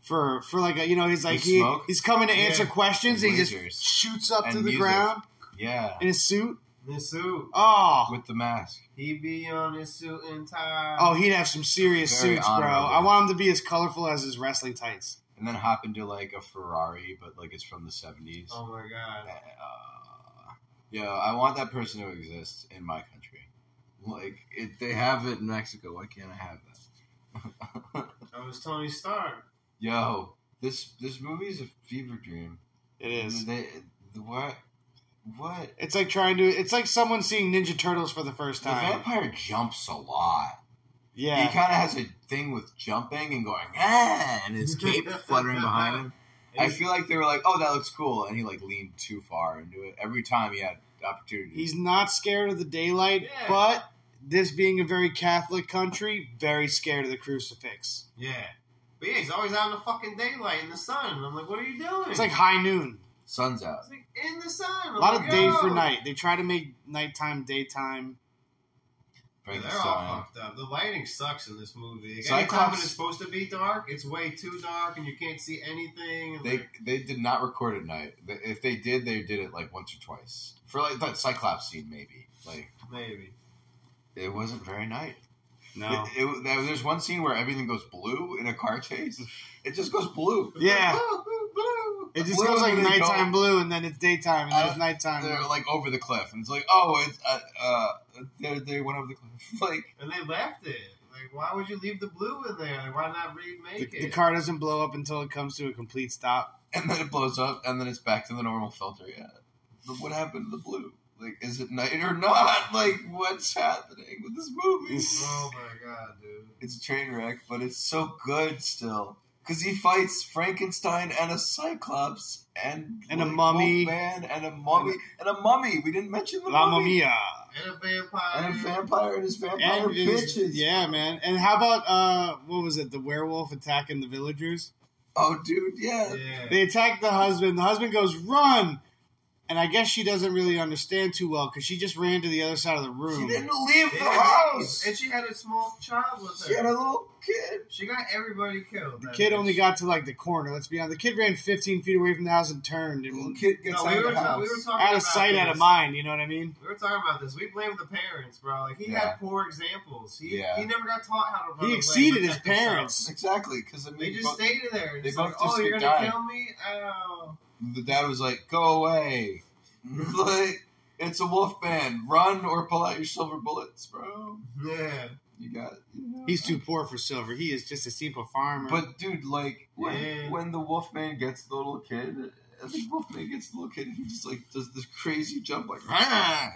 [SPEAKER 3] For for like a, you know, he's like
[SPEAKER 4] With
[SPEAKER 3] he,
[SPEAKER 4] smoke?
[SPEAKER 3] he's coming to
[SPEAKER 5] Yeah.
[SPEAKER 3] answer questions and he
[SPEAKER 4] Lasers.
[SPEAKER 3] just shoots up
[SPEAKER 4] And
[SPEAKER 3] to the
[SPEAKER 4] music.
[SPEAKER 3] ground
[SPEAKER 4] yeah,
[SPEAKER 3] in his suit.
[SPEAKER 5] His suit.
[SPEAKER 3] Oh.
[SPEAKER 4] with the mask.
[SPEAKER 5] He be on his suit and tie.
[SPEAKER 3] Oh, he'd have some serious
[SPEAKER 4] Very
[SPEAKER 3] suits, bro.
[SPEAKER 4] honorable.
[SPEAKER 3] I want him to be as colorful as his wrestling tights.
[SPEAKER 4] And then hop into like a Ferrari, but like it's from the 70s.
[SPEAKER 5] Oh my god.
[SPEAKER 4] uh, yeah, I want that person to exist in my country. Like, it, they have it in Mexico. Why can't I have that?
[SPEAKER 5] That was Tony Stark.
[SPEAKER 4] Yo, this this movie is a fever dream.
[SPEAKER 3] It is.
[SPEAKER 4] They, what? What?
[SPEAKER 3] It's like trying to it's like someone seeing Ninja Turtles for the first
[SPEAKER 4] The
[SPEAKER 3] time.
[SPEAKER 4] vampire jumps a lot. He
[SPEAKER 3] Yeah.
[SPEAKER 4] kind of has a thing with jumping and going, ah, and his cape fluttering behind him. I feel like they were like, oh, that looks cool. And he like leaned too far into it. Every time he had the opportunity.
[SPEAKER 3] He's not scared of the daylight,
[SPEAKER 5] Yeah.
[SPEAKER 3] but this being a very Catholic country, very scared of the crucifix.
[SPEAKER 5] Yeah. But yeah, he's always out in the fucking daylight in the sun. And I'm like, what are you doing?
[SPEAKER 3] It's like high noon.
[SPEAKER 4] Sun's out.
[SPEAKER 5] It's like in the sun. I'm
[SPEAKER 3] A lot
[SPEAKER 5] like,
[SPEAKER 4] Oh,
[SPEAKER 3] of day
[SPEAKER 5] yo.
[SPEAKER 3] for night. They try to make nighttime daytime.
[SPEAKER 5] Yeah,
[SPEAKER 4] Frankenstein.
[SPEAKER 5] they're all fucked up. The lighting sucks in this movie. Like, Anytime
[SPEAKER 4] Cyclops-
[SPEAKER 5] it is supposed to be dark, it's way too dark and you can't see anything. and,
[SPEAKER 4] They
[SPEAKER 5] like,
[SPEAKER 4] they did not record at night. Th- If they did, they did it like once or twice for like that Cyclops scene, maybe. Like
[SPEAKER 5] maybe.
[SPEAKER 4] it wasn't very night.
[SPEAKER 3] No.
[SPEAKER 4] It, it, there- there's one scene where everything goes blue in a car chase. It just goes blue.
[SPEAKER 3] Yeah.
[SPEAKER 5] Blue.
[SPEAKER 3] It just
[SPEAKER 4] Blue
[SPEAKER 3] goes like
[SPEAKER 4] when they
[SPEAKER 3] nighttime
[SPEAKER 4] go-
[SPEAKER 3] blue, and then it's daytime, and then it's
[SPEAKER 4] Uh,
[SPEAKER 3] nighttime.
[SPEAKER 4] They're like over the cliff, and it's like, oh, it's uh, uh they they went over the cliff. Like
[SPEAKER 5] And they left it. Like, why would you leave the blue in there? Like, why not remake
[SPEAKER 3] the,
[SPEAKER 5] it?
[SPEAKER 3] the car doesn't blow up until it comes to a complete stop.
[SPEAKER 4] and then it blows up, and then it's back to the normal filter. Yeah, But what happened to the blue? Like, is it night or not? Like, what's happening with this movie?
[SPEAKER 5] Oh my god, dude.
[SPEAKER 4] It's a train wreck, but it's so good still. Because he fights Frankenstein and a Cyclops and
[SPEAKER 3] And a mummy.
[SPEAKER 4] man and a mummy and a mummy. We didn't mention the
[SPEAKER 3] La
[SPEAKER 4] mummy
[SPEAKER 3] Mamia.
[SPEAKER 5] And a vampire.
[SPEAKER 4] and a vampire and his vampire
[SPEAKER 3] And it was-
[SPEAKER 4] bitches.
[SPEAKER 3] yeah, man. And how about uh, what was it? The werewolf attacking the villagers.
[SPEAKER 4] Oh, dude, yeah.
[SPEAKER 5] Yeah.
[SPEAKER 3] They attack the husband. The husband goes run, and I guess she doesn't really understand too well because she just ran to the other side of the
[SPEAKER 4] She
[SPEAKER 3] room.
[SPEAKER 4] didn't leave the
[SPEAKER 5] Yeah.
[SPEAKER 4] house.
[SPEAKER 5] And she had a small child with
[SPEAKER 4] She had a
[SPEAKER 5] her.
[SPEAKER 4] little kid.
[SPEAKER 5] She got everybody killed.
[SPEAKER 3] The
[SPEAKER 5] that
[SPEAKER 3] kid
[SPEAKER 5] bitch.
[SPEAKER 3] only got to like the corner. Let's be honest. The kid ran 15 feet away from the house and turned
[SPEAKER 4] The little
[SPEAKER 3] and
[SPEAKER 4] kid gets out
[SPEAKER 5] No, we,
[SPEAKER 4] of
[SPEAKER 5] were,
[SPEAKER 4] the house.
[SPEAKER 5] we were talking
[SPEAKER 3] out
[SPEAKER 5] about
[SPEAKER 3] of sight,
[SPEAKER 5] this.
[SPEAKER 3] out of mind. You know what I mean?
[SPEAKER 5] We were talking about this. We blame the parents, bro. Like he
[SPEAKER 4] Yeah.
[SPEAKER 5] had poor examples. He
[SPEAKER 4] Yeah.
[SPEAKER 5] he never got taught how to. Run
[SPEAKER 3] He
[SPEAKER 5] away,
[SPEAKER 3] exceeded his
[SPEAKER 5] protect himself.
[SPEAKER 3] parents.
[SPEAKER 4] exactly, because I mean,
[SPEAKER 5] They just
[SPEAKER 4] bo-
[SPEAKER 5] stayed there.
[SPEAKER 4] they
[SPEAKER 5] Just like,
[SPEAKER 4] both just
[SPEAKER 5] oh, you're
[SPEAKER 4] could
[SPEAKER 5] gonna
[SPEAKER 4] die.
[SPEAKER 5] kill me? Oh,
[SPEAKER 4] the dad was like, "Go away, Mm-hmm. like it's a wolf man. Run or pull out your silver bullets, bro."
[SPEAKER 5] yeah.
[SPEAKER 4] You got.
[SPEAKER 3] He's too poor for silver. He is just a simple farmer.
[SPEAKER 4] But dude, like when
[SPEAKER 5] Yeah.
[SPEAKER 4] when the Wolfman gets the little kid, I think Wolfman gets the little kid, and he just like does this crazy jump, like "Rah!"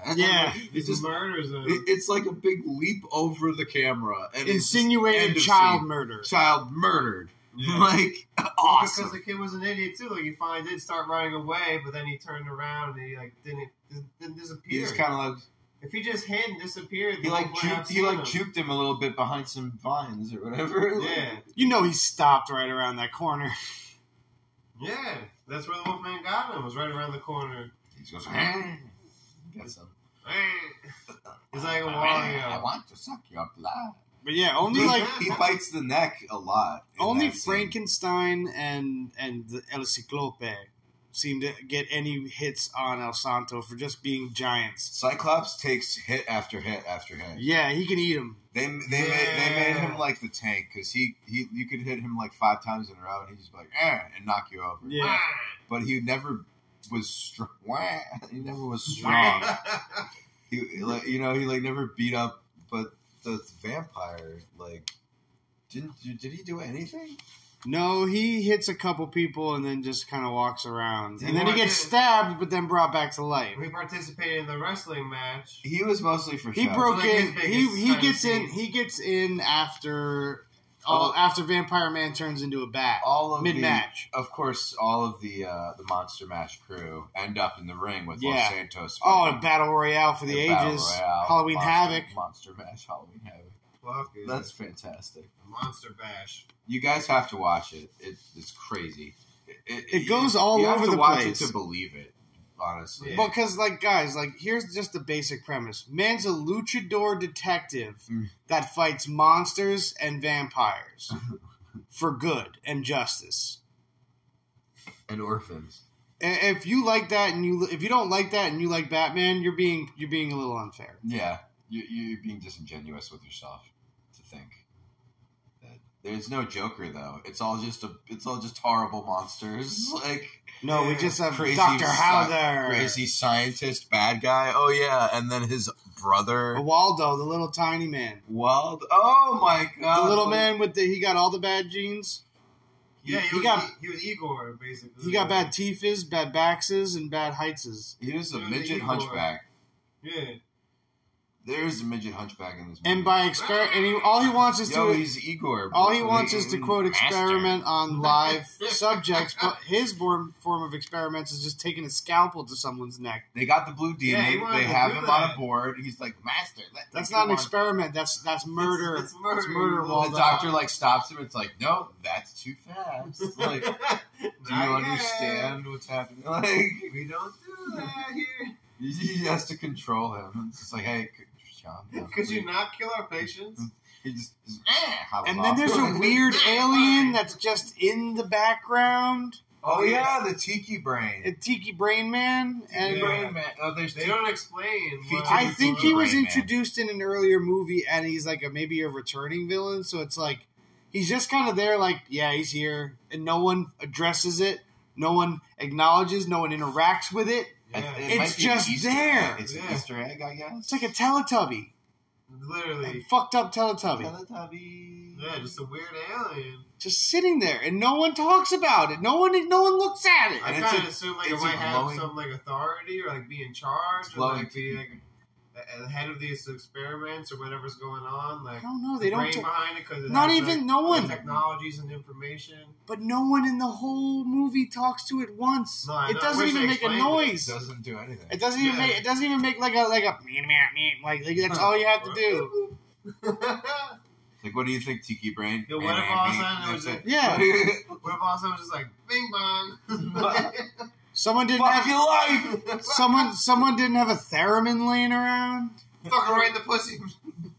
[SPEAKER 4] and then,
[SPEAKER 3] Yeah.
[SPEAKER 4] like,
[SPEAKER 5] He
[SPEAKER 4] it
[SPEAKER 5] just
[SPEAKER 4] just
[SPEAKER 5] murders them.
[SPEAKER 4] it- it's like a big leap over the camera and it's just end
[SPEAKER 3] insinuated
[SPEAKER 4] of
[SPEAKER 3] child
[SPEAKER 4] scene.
[SPEAKER 3] murder.
[SPEAKER 4] child murdered,
[SPEAKER 5] Yeah.
[SPEAKER 4] like
[SPEAKER 5] Well, Because the
[SPEAKER 4] awesome.
[SPEAKER 5] kid was an idiot too. Like he finally did start running away, but then he turned around and he like didn't didn't
[SPEAKER 4] He
[SPEAKER 5] disappear.
[SPEAKER 4] just kind of like
[SPEAKER 5] if he just hid and disappeared,
[SPEAKER 4] he like juked,
[SPEAKER 5] juked,
[SPEAKER 4] he like juked him a little bit behind some vines or whatever. Like,
[SPEAKER 5] Yeah,
[SPEAKER 3] You know he stopped right around that corner.
[SPEAKER 5] yeah. That's where the Wolfman got him. Was right around the corner.
[SPEAKER 4] He just goes, "Ah." Got some.
[SPEAKER 5] He's like a
[SPEAKER 4] I
[SPEAKER 5] Wario.
[SPEAKER 4] want to suck your blood.
[SPEAKER 3] But yeah, only
[SPEAKER 4] He,
[SPEAKER 3] like
[SPEAKER 4] he bites the neck a lot. in
[SPEAKER 3] only
[SPEAKER 4] that scene.
[SPEAKER 3] Frankenstein and and the El Ciclope seem to get any hits on El Santo for just being giants.
[SPEAKER 4] Cyclops takes hit after hit after hit.
[SPEAKER 3] Yeah, he can eat them.
[SPEAKER 4] They they made, they made him like the tank because he, he you could hit him like five times in a row and he'd just be like eh, and knock you over.
[SPEAKER 3] Yeah.
[SPEAKER 4] but he never was strong. He never was strong. he like you know he like never beat up. But the vampire like didn't did he do anything?
[SPEAKER 3] No, he hits a couple people and then just kind of walks around.
[SPEAKER 5] He
[SPEAKER 3] And then he
[SPEAKER 5] walked
[SPEAKER 3] gets
[SPEAKER 5] in.
[SPEAKER 3] stabbed, but then brought back to life.
[SPEAKER 5] We participated in the wrestling match.
[SPEAKER 4] He was mostly for
[SPEAKER 3] He
[SPEAKER 4] show.
[SPEAKER 3] broke
[SPEAKER 5] Like his
[SPEAKER 3] in. He
[SPEAKER 5] biggest
[SPEAKER 3] he
[SPEAKER 5] sign
[SPEAKER 3] gets
[SPEAKER 5] of
[SPEAKER 3] in.
[SPEAKER 5] season.
[SPEAKER 3] He gets in after. All,
[SPEAKER 4] Oh.
[SPEAKER 3] after Vampire Man turns into a bat.
[SPEAKER 4] all of
[SPEAKER 3] mid
[SPEAKER 4] the
[SPEAKER 3] match.
[SPEAKER 4] of course all of the uh, the monster mash crew end up in the ring with
[SPEAKER 3] Yeah.
[SPEAKER 4] Los Santos.
[SPEAKER 3] Oh,
[SPEAKER 4] fighting
[SPEAKER 3] and Battle Royale for the
[SPEAKER 4] in Battle
[SPEAKER 3] ages.
[SPEAKER 4] Royale,
[SPEAKER 3] Halloween
[SPEAKER 4] monster,
[SPEAKER 3] Havoc.
[SPEAKER 4] monster mash, Halloween Havoc.
[SPEAKER 5] Fuck it.
[SPEAKER 4] That's fantastic.
[SPEAKER 5] Monster Bash.
[SPEAKER 4] You guys have to watch it. it it's crazy. It,
[SPEAKER 3] It goes all
[SPEAKER 4] you
[SPEAKER 3] over
[SPEAKER 4] have to
[SPEAKER 3] the
[SPEAKER 4] watch
[SPEAKER 3] place.
[SPEAKER 4] it to believe it. Honestly,
[SPEAKER 5] Yeah.
[SPEAKER 3] Well, because like guys, like here's just the basic premise: man's a luchador detective
[SPEAKER 4] Mm.
[SPEAKER 3] that fights monsters and vampires for good and justice.
[SPEAKER 4] and orphans.
[SPEAKER 3] I- If you like that, and you if you don't like that, and you like Batman, you're being you're being a little unfair.
[SPEAKER 4] Yeah, you, you're being disingenuous with yourself to think that there's no Joker though. It's all just a. It's all just horrible monsters like.
[SPEAKER 3] No, we
[SPEAKER 5] Yeah,
[SPEAKER 3] just have
[SPEAKER 4] crazy
[SPEAKER 3] Doctor
[SPEAKER 4] sci-
[SPEAKER 3] Howder,
[SPEAKER 4] crazy scientist bad guy. Oh yeah, and then his brother
[SPEAKER 3] Waldo, the little tiny man,
[SPEAKER 4] Wild. Oh my
[SPEAKER 3] the
[SPEAKER 4] god,
[SPEAKER 3] little man with the he got all the bad genes.
[SPEAKER 5] Yeah, he,
[SPEAKER 3] He
[SPEAKER 5] was, E,
[SPEAKER 3] got-
[SPEAKER 5] he, was Igor, basically.
[SPEAKER 3] He got bad teeths, bad backses, and bad heightses.
[SPEAKER 4] He was a
[SPEAKER 5] Yeah,
[SPEAKER 4] midget
[SPEAKER 5] the
[SPEAKER 4] hunchback.
[SPEAKER 5] Yeah.
[SPEAKER 4] There is a midget hunchback in this movie.
[SPEAKER 3] And by exper- and he, all he wants is
[SPEAKER 4] yo,
[SPEAKER 3] to
[SPEAKER 4] he's Igor.
[SPEAKER 3] All
[SPEAKER 4] bro.
[SPEAKER 3] he wants is to quote
[SPEAKER 4] Master.
[SPEAKER 3] experiment on live subjects, but his form form of experiments is just taking a scalpel to someone's neck.
[SPEAKER 4] They got the blue demon.
[SPEAKER 5] Yeah, he wanted
[SPEAKER 4] they
[SPEAKER 5] to
[SPEAKER 4] have
[SPEAKER 5] do
[SPEAKER 4] him on a
[SPEAKER 5] that.
[SPEAKER 4] board. He's like, master. let-
[SPEAKER 3] That's
[SPEAKER 4] if
[SPEAKER 3] not
[SPEAKER 4] you
[SPEAKER 3] an
[SPEAKER 4] want-"
[SPEAKER 3] experiment. That's that's murder.
[SPEAKER 5] It's, it's murder.
[SPEAKER 3] It's murder,
[SPEAKER 5] you
[SPEAKER 4] Well,
[SPEAKER 3] Waldo.
[SPEAKER 4] the doctor like stops him. It's like, no, that's too fast. Like, do you
[SPEAKER 5] Not yet.
[SPEAKER 4] understand what's happening? Like,
[SPEAKER 5] We don't do that here.
[SPEAKER 4] he has to control him. It's just like, hey, Sean,
[SPEAKER 5] Could you not kill our patients?
[SPEAKER 4] He just, just eh, hobbles
[SPEAKER 3] and
[SPEAKER 4] off.
[SPEAKER 3] then there's a weird alien that's just in the background.
[SPEAKER 4] oh yeah, the tiki brain.
[SPEAKER 3] A tiki brain man. And
[SPEAKER 4] Tiki
[SPEAKER 5] Yeah.
[SPEAKER 4] brain man. Oh, there's
[SPEAKER 5] They
[SPEAKER 4] tiki-
[SPEAKER 5] don't explain.
[SPEAKER 4] Features
[SPEAKER 5] what-
[SPEAKER 3] I think he was
[SPEAKER 4] Brain Man.
[SPEAKER 3] introduced in an earlier movie and he's like a maybe a returning villain, so it's like he's just kind of there like, yeah, he's here and no one addresses it. No one acknowledges, no one interacts with it.
[SPEAKER 4] I-
[SPEAKER 5] Yeah.
[SPEAKER 4] it might
[SPEAKER 3] It's
[SPEAKER 4] be an
[SPEAKER 3] just
[SPEAKER 4] Easter
[SPEAKER 3] there.
[SPEAKER 4] egg. It's an
[SPEAKER 5] Yeah.
[SPEAKER 4] Easter egg, I guess.
[SPEAKER 3] It's like a Teletubby. A
[SPEAKER 5] Literally.
[SPEAKER 3] fucked up Teletubby.
[SPEAKER 4] Teletubby.
[SPEAKER 5] Yeah, just a weird alien.
[SPEAKER 3] Just sitting there and no one talks about it. No one no one looks at it.
[SPEAKER 5] I
[SPEAKER 4] And it's
[SPEAKER 5] kind of
[SPEAKER 4] a-
[SPEAKER 5] assume like it
[SPEAKER 4] it's a
[SPEAKER 5] might
[SPEAKER 4] glowing-
[SPEAKER 5] have some like authority or like be in charge or
[SPEAKER 4] glowing
[SPEAKER 5] like be
[SPEAKER 4] tiki.
[SPEAKER 5] like a- a head of these experiments or whatever's going on.
[SPEAKER 3] I
[SPEAKER 5] Like
[SPEAKER 3] don't know. They
[SPEAKER 5] the
[SPEAKER 3] don't
[SPEAKER 5] brain
[SPEAKER 3] ta-
[SPEAKER 5] behind it because
[SPEAKER 3] Not even no one.
[SPEAKER 5] technologies and information.
[SPEAKER 3] But no one in the whole movie talks to it once.
[SPEAKER 5] No, I
[SPEAKER 3] it
[SPEAKER 5] know. I
[SPEAKER 3] doesn't
[SPEAKER 5] wish
[SPEAKER 3] even
[SPEAKER 5] they
[SPEAKER 3] make a
[SPEAKER 5] explained it.
[SPEAKER 3] noise. It,
[SPEAKER 4] Doesn't do anything.
[SPEAKER 3] doesn't even
[SPEAKER 5] Yeah.
[SPEAKER 3] make it doesn't even make like a like a like, like that's all you have to do.
[SPEAKER 5] what
[SPEAKER 4] Like, what do you think, Tiki Brain?
[SPEAKER 5] Yo, what if
[SPEAKER 4] Eh,
[SPEAKER 5] all of a
[SPEAKER 4] eh,
[SPEAKER 5] sudden it
[SPEAKER 4] eh,
[SPEAKER 5] was
[SPEAKER 4] eh.
[SPEAKER 3] Yeah.
[SPEAKER 5] if also just like bing bong?
[SPEAKER 3] Someone didn't
[SPEAKER 4] Fuck
[SPEAKER 3] have
[SPEAKER 4] your life.
[SPEAKER 3] someone someone didn't have a theremin laying around.
[SPEAKER 5] Fucking right in the pussy.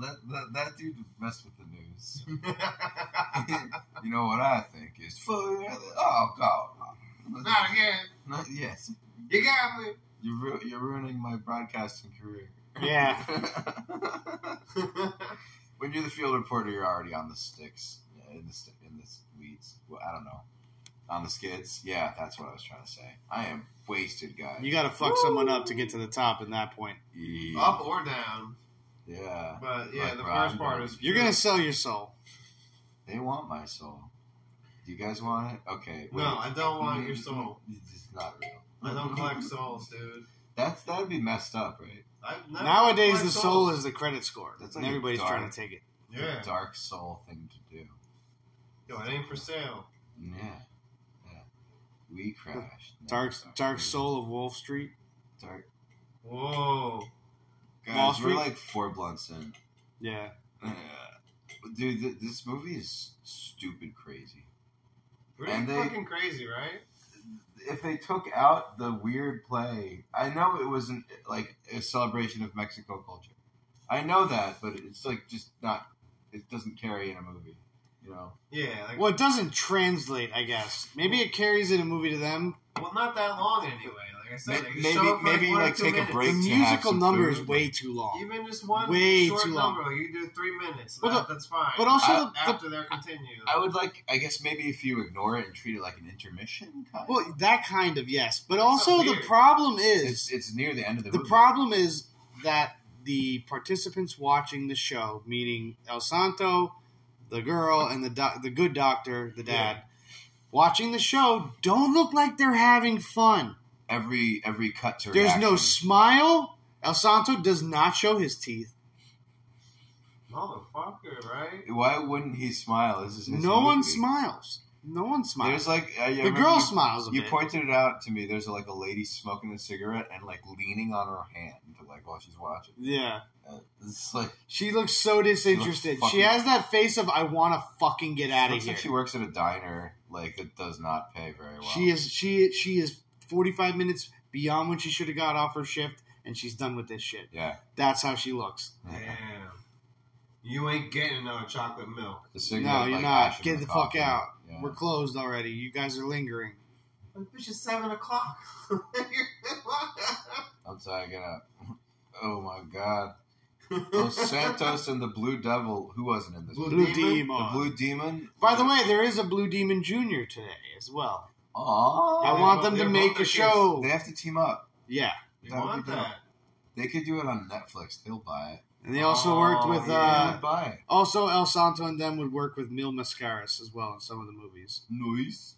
[SPEAKER 4] that, that that dude messed with the news. you know what I think is, fuck, oh god,
[SPEAKER 5] Not again.
[SPEAKER 4] No, yes,
[SPEAKER 5] You got me.
[SPEAKER 4] you're ru- you're ruining my broadcasting career.
[SPEAKER 3] Yeah.
[SPEAKER 4] when you're the field reporter, you're already on the sticks, Yeah, in the sti in the s- weeds. Well, I don't know, on the skids. Yeah, that's what I was trying to say. I am wasted, guys.
[SPEAKER 3] You gotta fuck someone up to get to the top in that point.
[SPEAKER 4] Yeah.
[SPEAKER 5] Up or down.
[SPEAKER 4] Yeah,
[SPEAKER 5] But yeah,
[SPEAKER 4] Like
[SPEAKER 5] the
[SPEAKER 4] Ron
[SPEAKER 5] first part
[SPEAKER 4] Burgundy.
[SPEAKER 5] is
[SPEAKER 3] You're gonna sell your soul.
[SPEAKER 4] they want my soul. Do you guys want it? Okay.
[SPEAKER 5] No, I don't want
[SPEAKER 3] Mm-hmm.
[SPEAKER 5] your soul.
[SPEAKER 4] It's not real.
[SPEAKER 5] I don't collect souls, dude.
[SPEAKER 4] That's that'd be messed up, right?
[SPEAKER 5] I've never
[SPEAKER 3] Nowadays,
[SPEAKER 5] collected
[SPEAKER 3] the soul
[SPEAKER 5] souls.
[SPEAKER 3] is the credit score,
[SPEAKER 4] That's
[SPEAKER 3] and
[SPEAKER 4] like a
[SPEAKER 3] everybody's
[SPEAKER 4] dark-
[SPEAKER 3] trying to take it.
[SPEAKER 5] yeah.
[SPEAKER 4] Dark soul thing to do.
[SPEAKER 5] Yo, it ain't for sale.
[SPEAKER 4] Yeah. Yeah. We crashed. Now
[SPEAKER 3] Dark,
[SPEAKER 4] we're
[SPEAKER 3] dark
[SPEAKER 4] free.
[SPEAKER 3] soul of Wolf Street.
[SPEAKER 4] Dark.
[SPEAKER 5] Whoa.
[SPEAKER 4] Guys,
[SPEAKER 3] Wall
[SPEAKER 4] we're
[SPEAKER 3] Street?
[SPEAKER 4] like four blunts in.
[SPEAKER 3] Yeah,
[SPEAKER 4] Yeah. Dude, th- this movie is stupid crazy.
[SPEAKER 5] Pretty
[SPEAKER 4] And they-
[SPEAKER 5] fucking crazy, right?
[SPEAKER 4] If they took out the weird play, I know it wasn't like a celebration of Mexico culture. I know that, but it's like just not. It doesn't carry in a movie. You know,
[SPEAKER 5] Yeah, like
[SPEAKER 3] Well, it doesn't translate, I guess. Maybe it carries in a movie to them.
[SPEAKER 5] well, not that long anyway. Like I said,
[SPEAKER 4] May-
[SPEAKER 5] like, you
[SPEAKER 4] maybe-
[SPEAKER 5] show up for,
[SPEAKER 4] maybe,
[SPEAKER 5] one or
[SPEAKER 4] like,
[SPEAKER 5] two
[SPEAKER 4] take a
[SPEAKER 5] minutes.
[SPEAKER 3] The
[SPEAKER 4] break. Great to have
[SPEAKER 3] musical
[SPEAKER 4] some
[SPEAKER 3] number is
[SPEAKER 4] food,
[SPEAKER 3] way
[SPEAKER 4] but-
[SPEAKER 3] too long.
[SPEAKER 5] Even just one
[SPEAKER 3] Way
[SPEAKER 5] short
[SPEAKER 3] too long.
[SPEAKER 5] number, like, you do three minutes.
[SPEAKER 3] Well,
[SPEAKER 5] that- that's fine.
[SPEAKER 3] But also,
[SPEAKER 4] I-
[SPEAKER 3] the, the,
[SPEAKER 5] after they're continue,
[SPEAKER 4] I would like. I guess maybe if you ignore it and treat it like an intermission. Kind
[SPEAKER 3] well, that kind of yes. But
[SPEAKER 5] so
[SPEAKER 3] also, the
[SPEAKER 5] weird.
[SPEAKER 3] problem
[SPEAKER 4] it's
[SPEAKER 3] is
[SPEAKER 4] it's near the end of the.
[SPEAKER 3] the
[SPEAKER 4] movie.
[SPEAKER 3] problem is that the participants watching the show, meaning El Santo, the girl, and the doc, the good doctor, the dad, watching the show, don't look like they're having fun.
[SPEAKER 4] every every cut to.
[SPEAKER 3] There's no
[SPEAKER 4] reaction.
[SPEAKER 3] smile. El Santo does not show his teeth.
[SPEAKER 5] motherfucker, right?
[SPEAKER 4] Why wouldn't he smile? This is his
[SPEAKER 3] No one
[SPEAKER 4] movie.
[SPEAKER 3] smiles. No one smiles.
[SPEAKER 4] There's like I- I
[SPEAKER 3] The
[SPEAKER 4] remember
[SPEAKER 3] girl
[SPEAKER 4] you,
[SPEAKER 3] smiles a
[SPEAKER 4] You
[SPEAKER 3] bit.
[SPEAKER 4] pointed it out to me. There's like a lady smoking a cigarette and like leaning on her hand, like while she's watching.
[SPEAKER 3] yeah.
[SPEAKER 4] Uh, it's like
[SPEAKER 3] She looks so disinterested. She,
[SPEAKER 4] fucking-
[SPEAKER 3] has that face of I want to fucking get out of
[SPEAKER 4] looks
[SPEAKER 3] here.
[SPEAKER 4] like she works at a diner like that does not pay very well.
[SPEAKER 3] She is she she is 45 minutes beyond when she should have got off her shift and she's done with this shit.
[SPEAKER 4] Yeah.
[SPEAKER 3] That's how she looks.
[SPEAKER 5] Damn. You ain't getting another chocolate milk.
[SPEAKER 4] The cigarette,
[SPEAKER 3] No, you're
[SPEAKER 4] like, ash
[SPEAKER 3] not.
[SPEAKER 4] in
[SPEAKER 3] Get
[SPEAKER 4] her
[SPEAKER 3] the fuck
[SPEAKER 4] coffee.
[SPEAKER 3] out.
[SPEAKER 4] Yeah.
[SPEAKER 3] We're closed already. You guys are lingering.
[SPEAKER 5] Like, bitch, it's seven o'clock.
[SPEAKER 4] I'm tagging up. Oh my god. Los Santos and the Blue Devil. Who wasn't in this?
[SPEAKER 5] Blue
[SPEAKER 4] movie?
[SPEAKER 3] Blue
[SPEAKER 5] Demon?
[SPEAKER 3] Demon.
[SPEAKER 4] The Blue Demon.
[SPEAKER 3] By the way, there is a Blue Demon Junior today as well.
[SPEAKER 4] Aww.
[SPEAKER 3] I
[SPEAKER 5] they
[SPEAKER 3] want
[SPEAKER 5] both-
[SPEAKER 3] them to
[SPEAKER 5] Oh, they're
[SPEAKER 3] make
[SPEAKER 5] both
[SPEAKER 3] a
[SPEAKER 5] kids.
[SPEAKER 3] show.
[SPEAKER 4] They have to team up.
[SPEAKER 3] Yeah.
[SPEAKER 5] You
[SPEAKER 4] That would
[SPEAKER 5] want
[SPEAKER 4] be dope.
[SPEAKER 5] that?
[SPEAKER 4] They could do it on Netflix. They'll buy it.
[SPEAKER 3] And they also
[SPEAKER 5] Oh,
[SPEAKER 3] worked with
[SPEAKER 4] They
[SPEAKER 3] uh
[SPEAKER 4] would buy it.
[SPEAKER 3] also El Santo and them would work with Mil Mascaris as well in some of the movies.
[SPEAKER 4] Nice.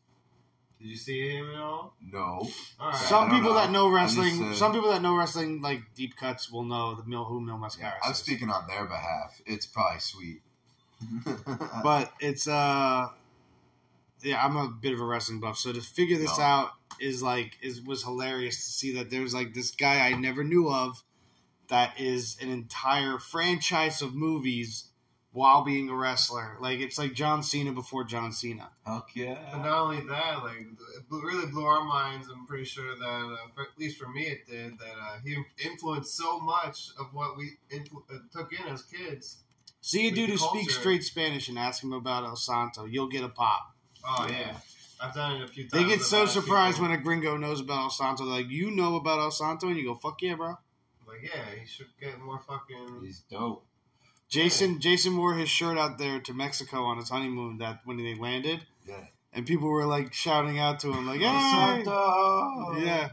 [SPEAKER 5] Did you see him at all?
[SPEAKER 4] No.
[SPEAKER 5] All right.
[SPEAKER 4] Yeah, I
[SPEAKER 3] some
[SPEAKER 4] don't
[SPEAKER 3] people
[SPEAKER 4] know.
[SPEAKER 3] that know
[SPEAKER 4] I just,
[SPEAKER 3] wrestling,
[SPEAKER 4] uh,
[SPEAKER 3] some people that know wrestling like deep cuts will know the Mil who Mil Mascaris.
[SPEAKER 4] Yeah, I'm
[SPEAKER 3] is.
[SPEAKER 4] speaking on their behalf. It's probably sweet. but
[SPEAKER 3] but it's uh yeah i'm a bit of a wrestling buff so to figure this
[SPEAKER 4] No.
[SPEAKER 3] out is like is was hilarious to see that there's like this guy i never knew of that is an entire franchise of movies while being a wrestler like it's like john cena before john cena
[SPEAKER 4] Fuck
[SPEAKER 5] But
[SPEAKER 4] yeah.
[SPEAKER 5] not only that, like it blew- really blew our minds. I'm pretty sure that, uh, for- at least for me, it did. That uh, he influenced so much of what we influ- uh, took in as kids.
[SPEAKER 3] see a
[SPEAKER 5] With
[SPEAKER 3] dude
[SPEAKER 5] the
[SPEAKER 3] who speaks
[SPEAKER 5] culture.
[SPEAKER 3] straight spanish and ask him about el santo you'll get a pop
[SPEAKER 5] Oh yeah, I've done it a few times.
[SPEAKER 3] they get so
[SPEAKER 5] I've asked
[SPEAKER 3] surprised
[SPEAKER 5] people,
[SPEAKER 3] when a gringo knows about el santo They're like you know about el santo and you go fuck yeah bro
[SPEAKER 5] like yeah, he should get more fucking.
[SPEAKER 4] He's dope.
[SPEAKER 3] Jason Jason wore his shirt out there to Mexico on his honeymoon that when they landed,
[SPEAKER 4] Yeah.
[SPEAKER 3] and people were like shouting out to him like, "Hey!"
[SPEAKER 4] Santo.
[SPEAKER 3] yeah."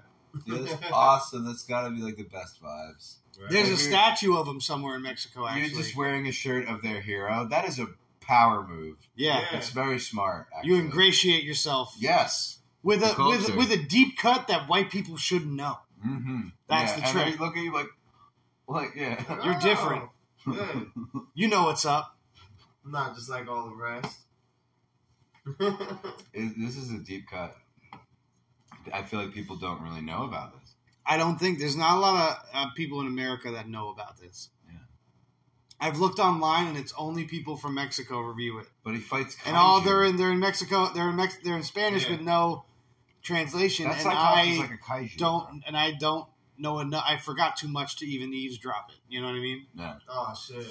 [SPEAKER 4] Yeah, that's awesome. That's got to be like the best vibes.
[SPEAKER 3] There's a
[SPEAKER 4] You're-
[SPEAKER 3] statue of him somewhere in Mexico. Actually,
[SPEAKER 4] You're just wearing a shirt of their hero. That is a power move.
[SPEAKER 3] yeah.
[SPEAKER 5] Yeah.
[SPEAKER 4] It's very smart. Actually.
[SPEAKER 3] You ingratiate yourself
[SPEAKER 4] Yes.
[SPEAKER 3] with
[SPEAKER 4] The
[SPEAKER 3] a with
[SPEAKER 4] culture.
[SPEAKER 3] with a deep cut that white people shouldn't know.
[SPEAKER 4] Mm-hmm.
[SPEAKER 3] That's
[SPEAKER 4] yeah.
[SPEAKER 3] the
[SPEAKER 4] and they
[SPEAKER 3] trick.
[SPEAKER 4] Look at you like, like yeah.
[SPEAKER 3] You're different.
[SPEAKER 5] Oh, Good.
[SPEAKER 3] You know what's up.
[SPEAKER 5] Not just like all the rest.
[SPEAKER 4] It- this is a deep cut. I feel like people don't really know about this.
[SPEAKER 3] I don't think there's not a lot of uh, people in America that know about this.
[SPEAKER 4] Yeah.
[SPEAKER 3] I've looked online and it's only people from Mexico review it.
[SPEAKER 4] But he fights.
[SPEAKER 3] and all
[SPEAKER 4] kaiju.
[SPEAKER 3] they're in they're in Mexico they're in Mex- they're in Spanish
[SPEAKER 5] Yeah.
[SPEAKER 3] with no translation
[SPEAKER 4] That's
[SPEAKER 3] and
[SPEAKER 4] like,
[SPEAKER 3] I
[SPEAKER 4] like a kaiju.
[SPEAKER 3] don't and I don't know enough I forgot too much to even eavesdrop it you know what I mean
[SPEAKER 4] No.
[SPEAKER 5] oh shit.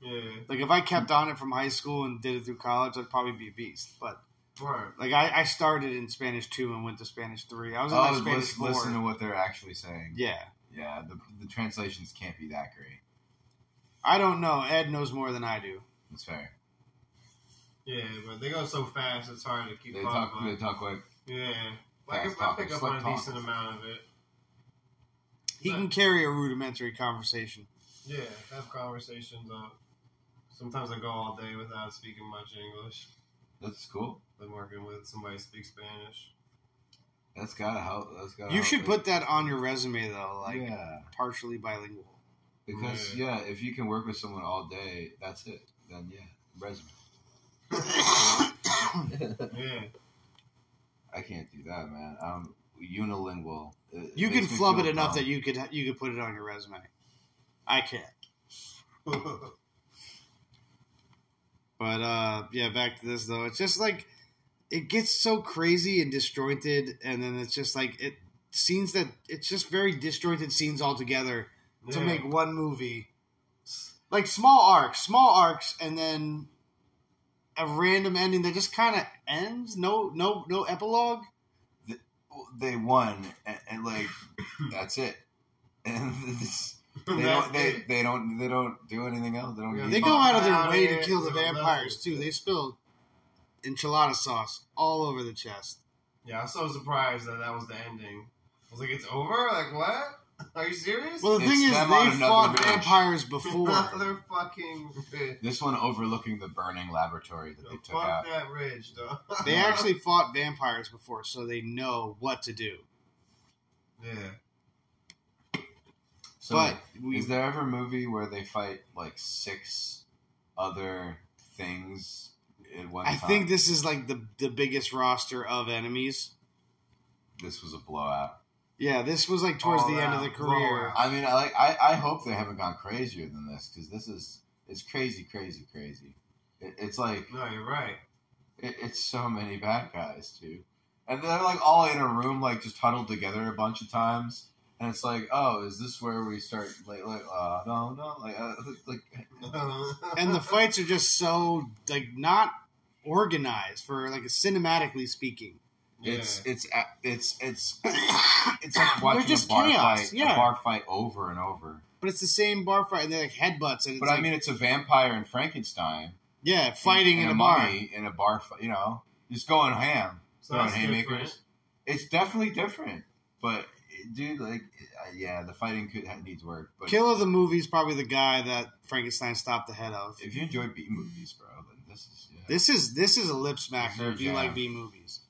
[SPEAKER 5] Yeah.
[SPEAKER 3] like
[SPEAKER 4] Hmm.
[SPEAKER 3] if I kept on it from high school and did it through college I'd probably be a beast but
[SPEAKER 5] Word.
[SPEAKER 3] like I, I started in Spanish 2 and went to Spanish 3 I was in
[SPEAKER 4] Oh,
[SPEAKER 3] like Spanish
[SPEAKER 4] listen,
[SPEAKER 3] 4
[SPEAKER 4] listen to what they're actually saying.
[SPEAKER 3] yeah
[SPEAKER 4] Yeah, the, the translations can't be that great.
[SPEAKER 3] I don't know Ed knows more than I do
[SPEAKER 4] That's fair.
[SPEAKER 5] Yeah, but they go so fast, it's hard to keep
[SPEAKER 4] They
[SPEAKER 5] up.
[SPEAKER 4] talk.
[SPEAKER 5] on.
[SPEAKER 4] They talk like
[SPEAKER 5] Yeah. Like,
[SPEAKER 4] Fast
[SPEAKER 5] I, I pick
[SPEAKER 4] talkers,
[SPEAKER 5] up
[SPEAKER 4] slick
[SPEAKER 5] on a
[SPEAKER 4] talkers.
[SPEAKER 5] decent amount of it.
[SPEAKER 3] he can carry a rudimentary conversation
[SPEAKER 5] Yeah, have conversations. Uh, sometimes I go all day without speaking much English.
[SPEAKER 4] that's cool.
[SPEAKER 5] I'm working with somebody who speaks Spanish.
[SPEAKER 4] That's gotta help. That's gotta.
[SPEAKER 3] you
[SPEAKER 4] help.
[SPEAKER 3] should put that on your resume though like
[SPEAKER 4] Oh, yeah,
[SPEAKER 3] partially bilingual
[SPEAKER 4] because yeah. if you can work with someone all day, that's it. Then yeah, resume.
[SPEAKER 5] Yeah,
[SPEAKER 4] I can't do that, man. I'm unilingual. It- it
[SPEAKER 3] You can
[SPEAKER 4] makes me
[SPEAKER 3] flub
[SPEAKER 4] feel
[SPEAKER 3] it enough
[SPEAKER 4] dumb.
[SPEAKER 3] that you could you could put it on your resume. I can't, but uh, yeah. Back to this though, it's just like it gets so crazy and disjointed, and then it's just like it scenes that it's just very disjointed scenes altogether to
[SPEAKER 5] Yeah.
[SPEAKER 3] make one movie, like small arcs, small arcs, and then a random ending that just kind of ends. No, no, no epilogue.
[SPEAKER 4] They won, and, and like that's it. And this, they don't. They, they don't. They don't do anything else. They don't.
[SPEAKER 5] Yeah,
[SPEAKER 4] need-
[SPEAKER 3] They go out of
[SPEAKER 5] Outta
[SPEAKER 3] their way
[SPEAKER 5] here,
[SPEAKER 3] to kill the
[SPEAKER 5] no,
[SPEAKER 3] vampires too. They spill enchilada sauce all over the chest.
[SPEAKER 5] yeah, I was so surprised that that was the ending. I was like, it's over? Like, what? Are you serious?
[SPEAKER 3] Well, the
[SPEAKER 4] It's
[SPEAKER 3] thing is, they
[SPEAKER 4] them on another
[SPEAKER 3] fought
[SPEAKER 4] ridge.
[SPEAKER 3] vampires before.
[SPEAKER 5] Another fucking ridge.
[SPEAKER 4] This one overlooking the burning laboratory that they took
[SPEAKER 5] Fuck
[SPEAKER 4] out.
[SPEAKER 5] that ridge, though.
[SPEAKER 3] they actually fought vampires before, so they know what to do.
[SPEAKER 5] Yeah.
[SPEAKER 4] So,
[SPEAKER 3] but we,
[SPEAKER 4] is there ever a movie where they fight like six other things at one
[SPEAKER 3] I
[SPEAKER 4] time?
[SPEAKER 3] think this is like the the biggest roster of enemies.
[SPEAKER 4] this was a blowout.
[SPEAKER 3] Yeah, this was like towards
[SPEAKER 5] All
[SPEAKER 4] Oh,
[SPEAKER 3] the end of
[SPEAKER 5] out,
[SPEAKER 3] the career.
[SPEAKER 5] blowout.
[SPEAKER 4] I mean, I like I, I hope they haven't gone crazier than this because this is it's crazy, crazy, crazy. It, it's like
[SPEAKER 5] No, you're right.
[SPEAKER 4] it, it's so many bad guys too, and they're like all in a room, like just huddled together a bunch of times. And it's like, oh, is this where we start? Like, like, uh, no, no, like, uh, like,
[SPEAKER 3] And the fights are just so like not organized for like cinematically speaking.
[SPEAKER 4] it's,
[SPEAKER 5] Yeah.
[SPEAKER 4] it's, a- it's, it's, it's like watching
[SPEAKER 3] just
[SPEAKER 4] a bar
[SPEAKER 3] chaos,
[SPEAKER 4] fight,
[SPEAKER 3] yeah.
[SPEAKER 4] a bar fight over and over.
[SPEAKER 3] But it's the same bar fight, and they're like headbutts, and it's
[SPEAKER 4] But
[SPEAKER 3] like,
[SPEAKER 4] I mean, it's a vampire and Frankenstein
[SPEAKER 3] yeah, fighting
[SPEAKER 4] and
[SPEAKER 3] in a,
[SPEAKER 4] and
[SPEAKER 3] bar.
[SPEAKER 4] mummy in a bar fight. You know, just going ham.
[SPEAKER 5] So that's
[SPEAKER 4] Throwing haymakers.
[SPEAKER 5] different.
[SPEAKER 4] It's definitely different, but dude, like, uh, yeah, the fighting could needs work. But
[SPEAKER 3] Killer of the movie's probably the guy that Frankenstein stopped the head of.
[SPEAKER 4] if you enjoy B movies, bro, then this is yeah.
[SPEAKER 3] This is this is a lip smacker
[SPEAKER 4] Sure,
[SPEAKER 3] if you
[SPEAKER 4] yeah.
[SPEAKER 3] like B movies.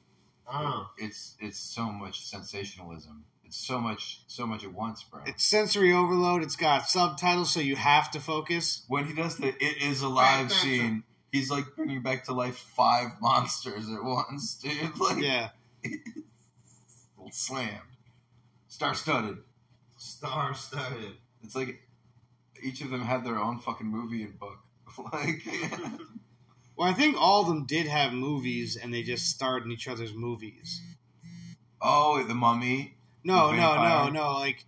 [SPEAKER 5] Oh.
[SPEAKER 4] it's it's so much sensationalism. It's so much so much at once, bro.
[SPEAKER 3] It's sensory overload. It's got subtitles, so you have to focus.
[SPEAKER 4] when he does the "It Is Alive"
[SPEAKER 5] Right, that's
[SPEAKER 4] scene, he's like bringing back to life five monsters at once, dude. Like,
[SPEAKER 3] Yeah,
[SPEAKER 4] slammed, star-studded.
[SPEAKER 5] Star studded.
[SPEAKER 4] It's like each of them had their own fucking movie and book. like,
[SPEAKER 3] Well, I think all of them did have movies, and they just starred in each other's movies.
[SPEAKER 4] oh, the Mummy.
[SPEAKER 3] No,
[SPEAKER 4] The
[SPEAKER 3] no, no,
[SPEAKER 4] Vampire.
[SPEAKER 3] no. Like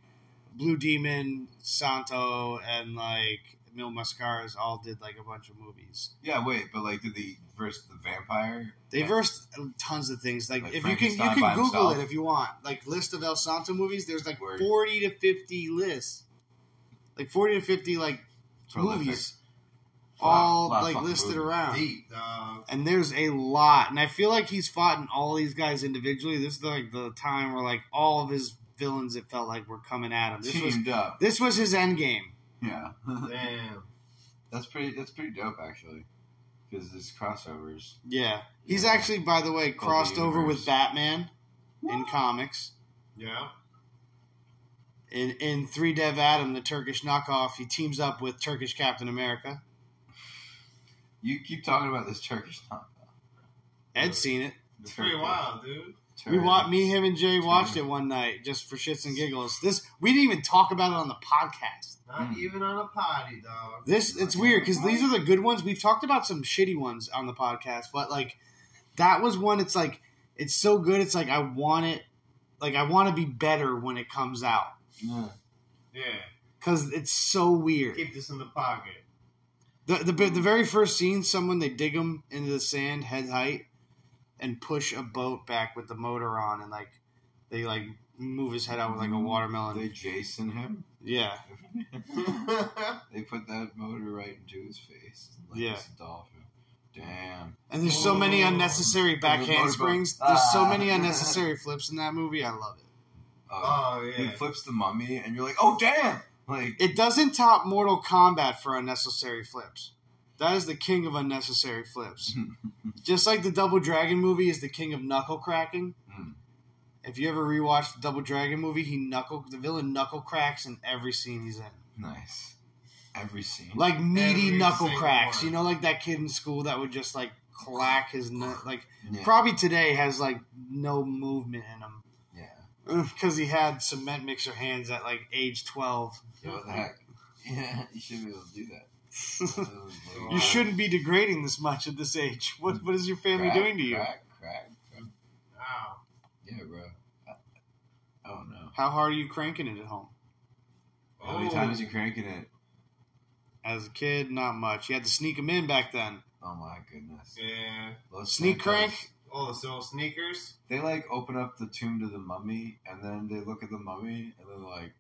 [SPEAKER 3] Blue Demon, Santo, and like Mil Mascaras all did like a bunch of movies.
[SPEAKER 4] Yeah, wait, but like, did the versus the vampire?
[SPEAKER 3] They
[SPEAKER 4] Yeah.
[SPEAKER 3] versed tons of things. Like,
[SPEAKER 4] Like
[SPEAKER 3] if you can, you
[SPEAKER 4] Frankenstein
[SPEAKER 3] can
[SPEAKER 4] by
[SPEAKER 3] Google
[SPEAKER 4] himself.
[SPEAKER 3] it if you want. Like list of El Santo movies. There's like
[SPEAKER 4] Word.
[SPEAKER 3] forty to fifty lists. Like forty to fifty like
[SPEAKER 4] Prolific. A
[SPEAKER 3] movies,
[SPEAKER 4] lot-
[SPEAKER 3] all
[SPEAKER 4] lot of
[SPEAKER 3] like
[SPEAKER 4] fucking
[SPEAKER 3] listed
[SPEAKER 4] movies.
[SPEAKER 3] around.
[SPEAKER 5] Deep, dog.
[SPEAKER 3] and there's a lot. And I feel like he's fought in all these guys individually. This is like the time where like all of his villains, it felt like were coming at him. This was
[SPEAKER 4] Teamed up.
[SPEAKER 3] this was his end game.
[SPEAKER 4] Yeah,
[SPEAKER 5] Damn.
[SPEAKER 4] that's pretty. That's pretty dope, actually, because there's crossovers.
[SPEAKER 3] Yeah, he's
[SPEAKER 4] Yeah.
[SPEAKER 3] actually, by the way, crossed
[SPEAKER 4] the
[SPEAKER 3] over with
[SPEAKER 4] universe.
[SPEAKER 3] Batman in comics.
[SPEAKER 5] Yeah.
[SPEAKER 3] In in Three Dev Adam, the Turkish knockoff, he teams up with Turkish Captain America.
[SPEAKER 4] You keep talking about this Turkish top.
[SPEAKER 3] Ed's seen it.
[SPEAKER 5] It's pretty wild, dude.
[SPEAKER 3] We want me, him, and Jay watched it one night just for shits and giggles. This we didn't even talk about it on the podcast.
[SPEAKER 5] Not
[SPEAKER 4] Mm.
[SPEAKER 5] even on a potty, dog.
[SPEAKER 3] This it's weird because these are the good ones. We've talked about some shitty ones on the podcast, but like that was one. It's like it's so good. It's like I want it. Like I want to be better when it comes out
[SPEAKER 4] Yeah.
[SPEAKER 5] Yeah.
[SPEAKER 3] because it's so weird.
[SPEAKER 5] Keep this in the pocket.
[SPEAKER 3] The, the the very first scene, someone they dig them into the sand head height and push a boat back with the motor on, and like they like move his head out with like a watermelon.
[SPEAKER 4] They Jason him.
[SPEAKER 3] yeah,
[SPEAKER 5] Oh,
[SPEAKER 4] they put that motor right into his face. Like
[SPEAKER 3] Yeah.
[SPEAKER 4] it's a dolphin. Damn.
[SPEAKER 3] and there's so many
[SPEAKER 5] Oh.
[SPEAKER 3] unnecessary back
[SPEAKER 4] There's a motorboat.
[SPEAKER 3] handsprings. There's so
[SPEAKER 4] Ah.
[SPEAKER 3] many unnecessary flips in that movie. I love it.
[SPEAKER 4] Uh,
[SPEAKER 5] oh,
[SPEAKER 4] He
[SPEAKER 5] yeah.
[SPEAKER 4] flips the mummy, and you're like, oh damn! Like
[SPEAKER 3] It doesn't top Mortal Kombat for unnecessary flips. That is the king of unnecessary flips. Just like the Double Dragon movie is the king of knuckle cracking.
[SPEAKER 5] Hmm.
[SPEAKER 4] Mm.
[SPEAKER 3] If you ever rewatch the Double Dragon movie, he knuckle the villain knuckle cracks in every scene he's in.
[SPEAKER 4] nice. Every scene.
[SPEAKER 3] Like meaty
[SPEAKER 5] Every
[SPEAKER 3] knuckle
[SPEAKER 5] single
[SPEAKER 3] cracks.
[SPEAKER 5] one.
[SPEAKER 3] You know, like that kid in school that would just like clack his nut. Like
[SPEAKER 4] yeah.
[SPEAKER 3] probably today has like no movement in him
[SPEAKER 4] yeah.
[SPEAKER 3] because he had cement mixer hands at like age twelve.
[SPEAKER 4] Yeah, What the heck? Yeah, you should be able to do that.
[SPEAKER 3] You shouldn't be degrading this much at this age. What what is your family
[SPEAKER 4] Crack,
[SPEAKER 3] doing to you?
[SPEAKER 4] Crack, crack, crack.
[SPEAKER 5] Wow.
[SPEAKER 4] Yeah, bro. Uh, I, I don't know.
[SPEAKER 3] How hard are you cranking it at home?
[SPEAKER 4] How many
[SPEAKER 5] Oh.
[SPEAKER 4] times you cranking it?
[SPEAKER 3] As a kid, not much. You had to sneak them in back then.
[SPEAKER 4] Oh my goodness.
[SPEAKER 5] Yeah.
[SPEAKER 4] Los Santos.
[SPEAKER 3] Sneak crank?
[SPEAKER 5] All the little sneakers.
[SPEAKER 4] They like open up the tomb to the mummy, and then they look at the mummy, and then like,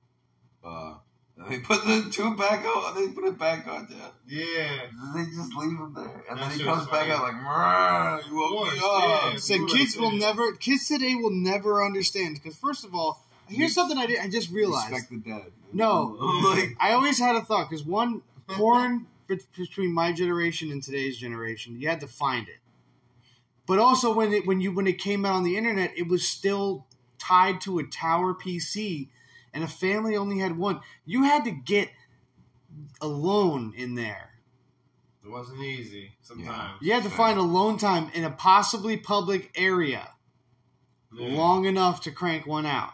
[SPEAKER 4] uh, and they put the tomb back on. They put it back on there.
[SPEAKER 5] Yeah.
[SPEAKER 4] They just leave him there, and
[SPEAKER 5] That
[SPEAKER 4] then he
[SPEAKER 5] shit's
[SPEAKER 4] comes back
[SPEAKER 5] funny.
[SPEAKER 4] out like, "Mrrr, you woke me
[SPEAKER 5] Of course,
[SPEAKER 4] up."
[SPEAKER 5] yeah.
[SPEAKER 3] Said
[SPEAKER 5] Ooh,
[SPEAKER 3] kids
[SPEAKER 5] I
[SPEAKER 3] will
[SPEAKER 5] see.
[SPEAKER 3] never, kids today will never understand. Because first of all, here's something I did, I just realized.
[SPEAKER 4] Respect the dead.
[SPEAKER 3] No.
[SPEAKER 4] I'm like,
[SPEAKER 3] I always had a thought because one porn bet- between my generation and today's generation, you had to find it. But also when it when you when it came out on the internet, it was still tied to a tower PC, and a family only had one. You had to get alone in there.
[SPEAKER 5] It wasn't easy sometimes.
[SPEAKER 3] You had to find alone time in a possibly public area
[SPEAKER 5] Yeah.
[SPEAKER 3] long enough to crank one out.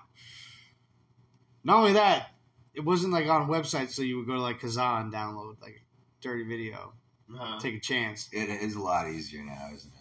[SPEAKER 3] Not only that, it wasn't like on websites, so you would go to like Kazaa and download like a dirty video,
[SPEAKER 5] Uh-huh.
[SPEAKER 3] take a chance.
[SPEAKER 4] it is a lot easier now, isn't it?